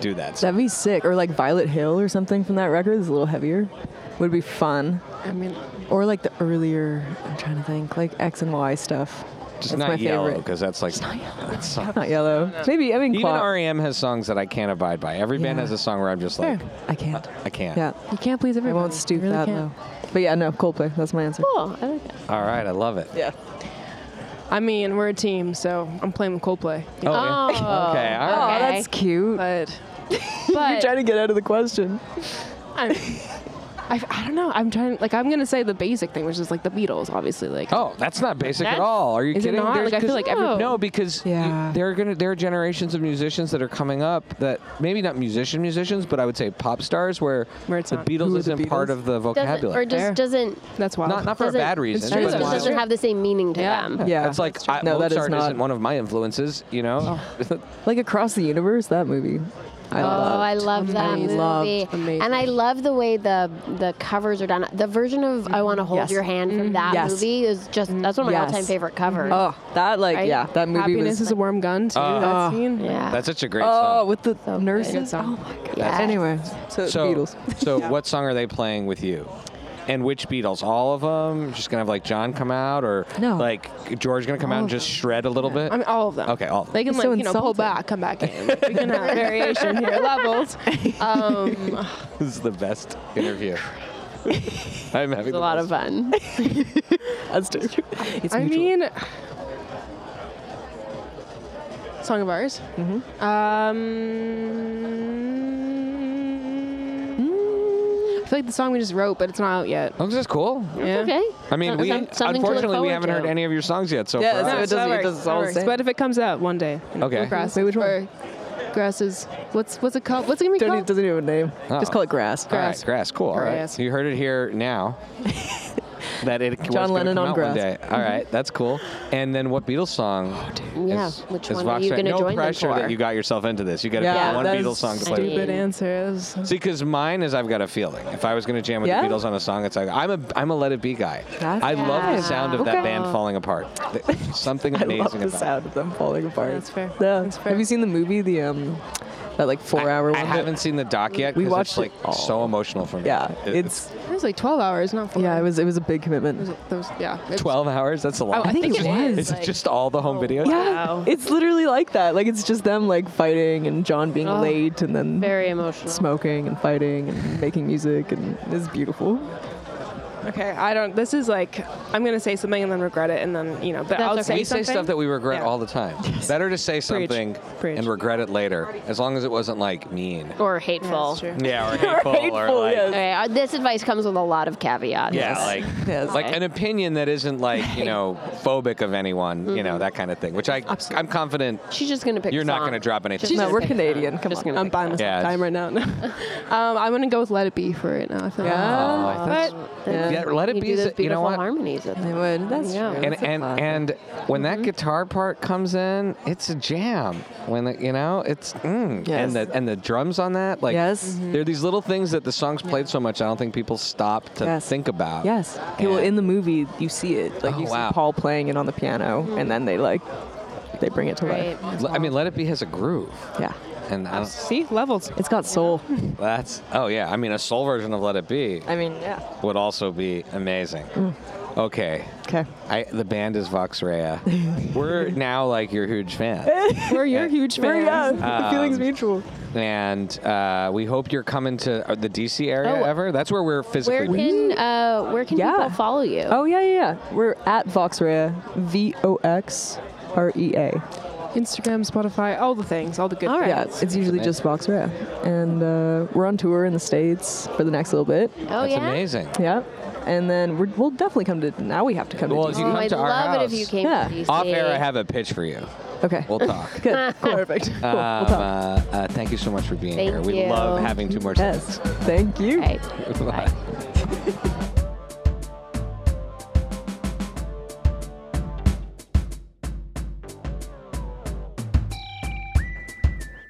Speaker 4: do that.
Speaker 2: That'd be sick. Or like Violet Hill or something from that record. It's a little heavier. Would be fun.
Speaker 5: I mean,
Speaker 2: Or like the earlier. I'm trying to think. Like X and Y stuff.
Speaker 4: Just
Speaker 2: That's
Speaker 4: not
Speaker 2: my
Speaker 4: yellow
Speaker 2: favorite.
Speaker 4: because that's like (laughs) that's not-
Speaker 2: Not yellow. Maybe I mean.
Speaker 4: even
Speaker 2: Qua-
Speaker 4: REM has songs that I can't abide by. Every band
Speaker 2: Yeah.
Speaker 4: has a song where I'm just like,
Speaker 2: I can't.
Speaker 4: I can't.
Speaker 2: Yeah.
Speaker 5: you can't please
Speaker 2: I
Speaker 5: everyone.
Speaker 2: won't stoop that low. But yeah, no Coldplay. That's my answer.
Speaker 3: cool i like that
Speaker 4: All right, I love it.
Speaker 2: Yeah.
Speaker 5: I mean, we're a team, so I'm playing with Coldplay.
Speaker 4: Oh, yeah. okay. All right.
Speaker 2: Oh,
Speaker 3: Okay.
Speaker 2: that's cute.
Speaker 5: But
Speaker 2: You're
Speaker 3: but
Speaker 2: trying to get out of the question.
Speaker 5: I, I, I don't know. I'm trying. Like I'm gonna say the basic thing, which is like the Beatles, obviously. Like
Speaker 4: Oh, that's not basic at
Speaker 3: That's-
Speaker 4: all. Are you
Speaker 5: Is it
Speaker 4: kidding?
Speaker 5: not?
Speaker 4: There's-
Speaker 5: Like, I feel
Speaker 4: 'cause-
Speaker 5: like
Speaker 3: every-
Speaker 4: no, because
Speaker 5: Yeah.
Speaker 4: you, there are gonna there are generations of musicians that are coming up that maybe not musician musicians, but I would say pop stars where,
Speaker 5: Where it's
Speaker 4: the
Speaker 5: not-
Speaker 4: Beatles
Speaker 5: Who are the
Speaker 4: isn't part
Speaker 5: Beatles?
Speaker 4: of the
Speaker 3: doesn't
Speaker 4: vocabulary.
Speaker 3: or just doesn't
Speaker 5: that's wild.
Speaker 4: not not for a
Speaker 3: doesn't-
Speaker 4: bad reason.
Speaker 5: true,
Speaker 4: but
Speaker 3: it
Speaker 5: though.
Speaker 4: it's
Speaker 5: wild.
Speaker 3: doesn't have the same meaning to
Speaker 5: Yeah.
Speaker 3: them.
Speaker 2: Yeah.
Speaker 4: It's like I,
Speaker 2: no, that is
Speaker 4: Mozart
Speaker 2: not
Speaker 4: isn't one of my influences, you know. (laughs)
Speaker 2: like across the universe. That movie, I
Speaker 3: Oh,
Speaker 2: love.
Speaker 3: I love that
Speaker 2: I
Speaker 3: movie,
Speaker 2: loved.
Speaker 5: Amazing.
Speaker 3: and I love the way the the covers are done. The version of "I Want to Hold
Speaker 2: Yes.
Speaker 3: Your Hand" from that
Speaker 2: Yes.
Speaker 3: movie is just that's one of my
Speaker 2: Yes.
Speaker 3: all-time favorite covers.
Speaker 2: Oh, that like
Speaker 3: Right?
Speaker 2: yeah, that movie
Speaker 5: Happiness
Speaker 2: was.
Speaker 5: is a warm gun too.
Speaker 4: Uh,
Speaker 5: that
Speaker 2: Oh.
Speaker 5: scene.
Speaker 3: yeah,
Speaker 4: That's such a great
Speaker 2: oh,
Speaker 4: song.
Speaker 2: with the
Speaker 3: So
Speaker 2: nurses.
Speaker 3: good.
Speaker 5: Good song.
Speaker 2: Oh my god.
Speaker 3: Yes.
Speaker 2: Anyway, so,
Speaker 4: so
Speaker 2: Beatles.
Speaker 4: so what song are they playing with you? And which Beatles? All of them? Just gonna have like John come out, or
Speaker 2: No.
Speaker 4: like George gonna come out and just shred a little bit?
Speaker 5: I mean, all of them.
Speaker 4: Okay, all of them.
Speaker 5: They can
Speaker 2: It's
Speaker 5: like
Speaker 2: so
Speaker 5: you know pull
Speaker 2: insulting.
Speaker 5: back, come back in. We can have
Speaker 4: (laughs)
Speaker 5: variation here, levels. Um,
Speaker 4: (laughs) This is the best
Speaker 3: (laughs)
Speaker 4: interview. I'm having
Speaker 3: it's a lot of fun.
Speaker 2: (laughs) That's true. It's
Speaker 5: I
Speaker 2: mutual.
Speaker 5: mean, song of ours. Mm-hmm. Um,
Speaker 4: Mm.
Speaker 5: I feel like the song we just wrote, but it's not out yet.
Speaker 4: Oh, this is cool.
Speaker 5: Yeah.
Speaker 3: Okay,
Speaker 4: I mean, we
Speaker 3: uh, Some- something to look
Speaker 4: unfortunately we
Speaker 3: forward
Speaker 4: haven't
Speaker 3: to.
Speaker 4: heard any of your songs yet so far.
Speaker 2: Yeah, so it doesn't- it doesn't all say.
Speaker 5: But if it comes out one day, you know,
Speaker 4: Okay.
Speaker 5: we'll grass.
Speaker 2: Wait, which one?
Speaker 5: or Grass is what's what's it called? What's it gonna be
Speaker 2: Don't need,
Speaker 5: called?
Speaker 2: doesn't even have a name.
Speaker 4: Oh.
Speaker 2: Just call it grass.
Speaker 4: All right, grass. Cool. All right.
Speaker 5: Grass.
Speaker 4: You heard it here
Speaker 2: (laughs)
Speaker 4: now. that it was
Speaker 2: John
Speaker 4: gonna
Speaker 2: Lennon
Speaker 4: come
Speaker 2: on
Speaker 4: out
Speaker 2: grass. Mm-hmm. Oh,
Speaker 4: One day. All right, that's cool. And then what Beatles song?
Speaker 3: Yeah,
Speaker 4: is-
Speaker 3: which
Speaker 4: is
Speaker 3: one are
Speaker 4: Vox
Speaker 3: you
Speaker 4: Factor-
Speaker 3: gonna
Speaker 4: No
Speaker 3: join them
Speaker 4: pressure
Speaker 3: for?
Speaker 4: that you got yourself into this. You got to
Speaker 2: Yeah,
Speaker 4: pick one
Speaker 2: that is
Speaker 4: Beatles song to play.
Speaker 3: stupid.
Speaker 5: Stupid answer. That was-
Speaker 4: See, because mine is I've got a feeling. If I was going to jam with
Speaker 2: Yeah?
Speaker 4: the Beatles on a song, it's like I'm a I'm a Let It Be guy.
Speaker 2: That's
Speaker 4: I love the
Speaker 2: nice.
Speaker 4: sound of
Speaker 2: Okay.
Speaker 4: that band falling apart.
Speaker 2: (laughs)
Speaker 4: Th- Something
Speaker 2: I
Speaker 4: amazing
Speaker 2: love the
Speaker 4: about it.
Speaker 2: sound of them falling apart.
Speaker 5: That's fair.
Speaker 2: Yeah.
Speaker 5: That's fair.
Speaker 2: Have you seen the movie? The um, that like four hour
Speaker 4: I
Speaker 2: one. that-
Speaker 4: haven't seen the doc yet.
Speaker 2: We
Speaker 4: 'cause
Speaker 2: watched
Speaker 4: it's like
Speaker 2: it all.
Speaker 4: so emotional for me.
Speaker 2: Yeah,
Speaker 4: It-
Speaker 2: it's
Speaker 5: It was like 12 hours, not four.
Speaker 2: yeah. It was it was a big
Speaker 5: It
Speaker 2: commitment. (laughs)
Speaker 5: was- that was- yeah. it's-
Speaker 4: 12 hours. That's a
Speaker 5: Oh,
Speaker 4: lot.
Speaker 5: I think it was.
Speaker 4: Is it just all the home videos?
Speaker 2: Oh. Yeah, it's literally like that. Like it's just them like fighting and John being
Speaker 3: Oh,
Speaker 2: late and then
Speaker 3: very emotional.
Speaker 2: smoking and fighting and making music and it's beautiful.
Speaker 5: Okay, I don't. This is like I'm gonna say something and then regret it and then you know. But
Speaker 3: That's
Speaker 5: I'll
Speaker 3: okay.
Speaker 5: say
Speaker 4: We say
Speaker 5: something.
Speaker 4: stuff that we regret
Speaker 5: Yeah.
Speaker 4: all the
Speaker 2: (laughs)
Speaker 4: time. Better to say something
Speaker 5: Preach.
Speaker 4: and regret it later, as long as it wasn't like mean.
Speaker 3: Or
Speaker 5: Yeah,
Speaker 3: hateful.
Speaker 5: that's true.
Speaker 4: Yeah,
Speaker 2: (laughs)
Speaker 4: or hateful,
Speaker 2: hateful,
Speaker 4: like
Speaker 2: yes.
Speaker 3: Okay, uh, this advice comes with a lot of caveats.
Speaker 4: yeah, like
Speaker 2: (laughs) Yes.
Speaker 4: like an opinion that isn't like you
Speaker 2: (laughs)
Speaker 4: know phobic of anyone, you
Speaker 2: Mm-hmm.
Speaker 4: know that kind of thing. Which I I'm confident.
Speaker 3: she's just gonna pick.
Speaker 4: You're
Speaker 3: a
Speaker 4: not
Speaker 3: song.
Speaker 4: gonna drop anything.
Speaker 3: She's
Speaker 2: No,
Speaker 3: just
Speaker 2: we're
Speaker 3: gonna pick a
Speaker 2: Canadian,
Speaker 3: song.
Speaker 2: come
Speaker 3: Just
Speaker 2: on.
Speaker 3: gonna
Speaker 5: I'm
Speaker 3: pick
Speaker 5: buying
Speaker 3: a song.
Speaker 5: myself
Speaker 4: Yeah,
Speaker 5: time
Speaker 2: (laughs)
Speaker 5: right now. No. um, I'm gonna go with Let It Be for right now. I feel
Speaker 2: Yeah.
Speaker 5: Like.
Speaker 4: Oh, that's-
Speaker 5: But
Speaker 2: Yeah.
Speaker 4: yeah, let it
Speaker 3: You
Speaker 4: be.
Speaker 3: do
Speaker 4: is
Speaker 3: those
Speaker 4: it- You know
Speaker 3: beautiful
Speaker 4: what?
Speaker 3: harmonies. that
Speaker 2: They would. That's
Speaker 3: Yeah.
Speaker 2: true.
Speaker 3: And-
Speaker 4: and and and when that
Speaker 2: Mm-hmm.
Speaker 4: guitar part comes in, it's a jam. When the, you know, it's mm.
Speaker 2: Yes.
Speaker 4: and the and the drums on that, like
Speaker 2: Yes.
Speaker 4: there are these little things that the song's played so much. I don't think people stop to
Speaker 2: Yes.
Speaker 4: think about.
Speaker 2: Yes. Okay. Well,
Speaker 4: And-
Speaker 2: in the movie, you see it. Like
Speaker 4: Oh,
Speaker 2: you see
Speaker 4: wow.
Speaker 2: Paul playing it on the piano, and then they like they bring it to
Speaker 3: Right.
Speaker 2: life.
Speaker 4: L- I mean, Let It Be has a groove,
Speaker 2: Yeah.
Speaker 4: and I don't,
Speaker 5: see levels.
Speaker 2: It's got soul.
Speaker 4: that's oh yeah. I mean, a soul version of Let It Be
Speaker 2: I mean, yeah.
Speaker 4: would also be amazing.
Speaker 3: Hmm.
Speaker 4: Okay,
Speaker 2: Okay.
Speaker 4: I, the band is Vox
Speaker 3: (laughs)
Speaker 4: Rea. We're now like your huge fan,
Speaker 5: We're your huge
Speaker 2: We're-
Speaker 5: fans.
Speaker 2: yeah. the
Speaker 4: Um,
Speaker 2: feeling's mutual.
Speaker 4: and uh, we hope you're coming to uh, the DC area
Speaker 3: Oh.
Speaker 4: ever. That's where we're physically.
Speaker 3: Where can uh, where can
Speaker 2: Yeah.
Speaker 3: people follow you?
Speaker 2: Oh yeah, yeah, yeah. We're at Voxrea. V O X R E A.
Speaker 5: Instagram, Spotify, all the things, all the good.
Speaker 3: All right.
Speaker 5: things.
Speaker 2: Yeah, it's usually just Voxrea, and uh, we're on tour in the states for the next little bit.
Speaker 3: Oh,
Speaker 4: That's
Speaker 3: yeah.
Speaker 4: amazing.
Speaker 2: Yeah, and then we're, we'll definitely come to. Now we have to come
Speaker 4: Well,
Speaker 2: to.
Speaker 4: if
Speaker 2: DC.
Speaker 4: you
Speaker 3: Oh,
Speaker 4: come
Speaker 3: I'd
Speaker 4: to our
Speaker 3: love it if
Speaker 4: house.
Speaker 3: you came
Speaker 2: Yeah.
Speaker 3: to DC.
Speaker 4: Off air, I have a pitch for you.
Speaker 2: okay.
Speaker 3: (laughs)
Speaker 4: We'll talk.
Speaker 2: (laughs) Good. Cool. Perfect. Cool.
Speaker 4: Um,
Speaker 2: we'll talk.
Speaker 4: uh, uh, thank you so much for being
Speaker 3: Thank
Speaker 4: here. We
Speaker 3: you.
Speaker 4: love
Speaker 2: um,
Speaker 4: having two more
Speaker 2: Yes. Thank you.
Speaker 4: (laughs)
Speaker 3: Okay.
Speaker 4: seconds.
Speaker 3: Bye.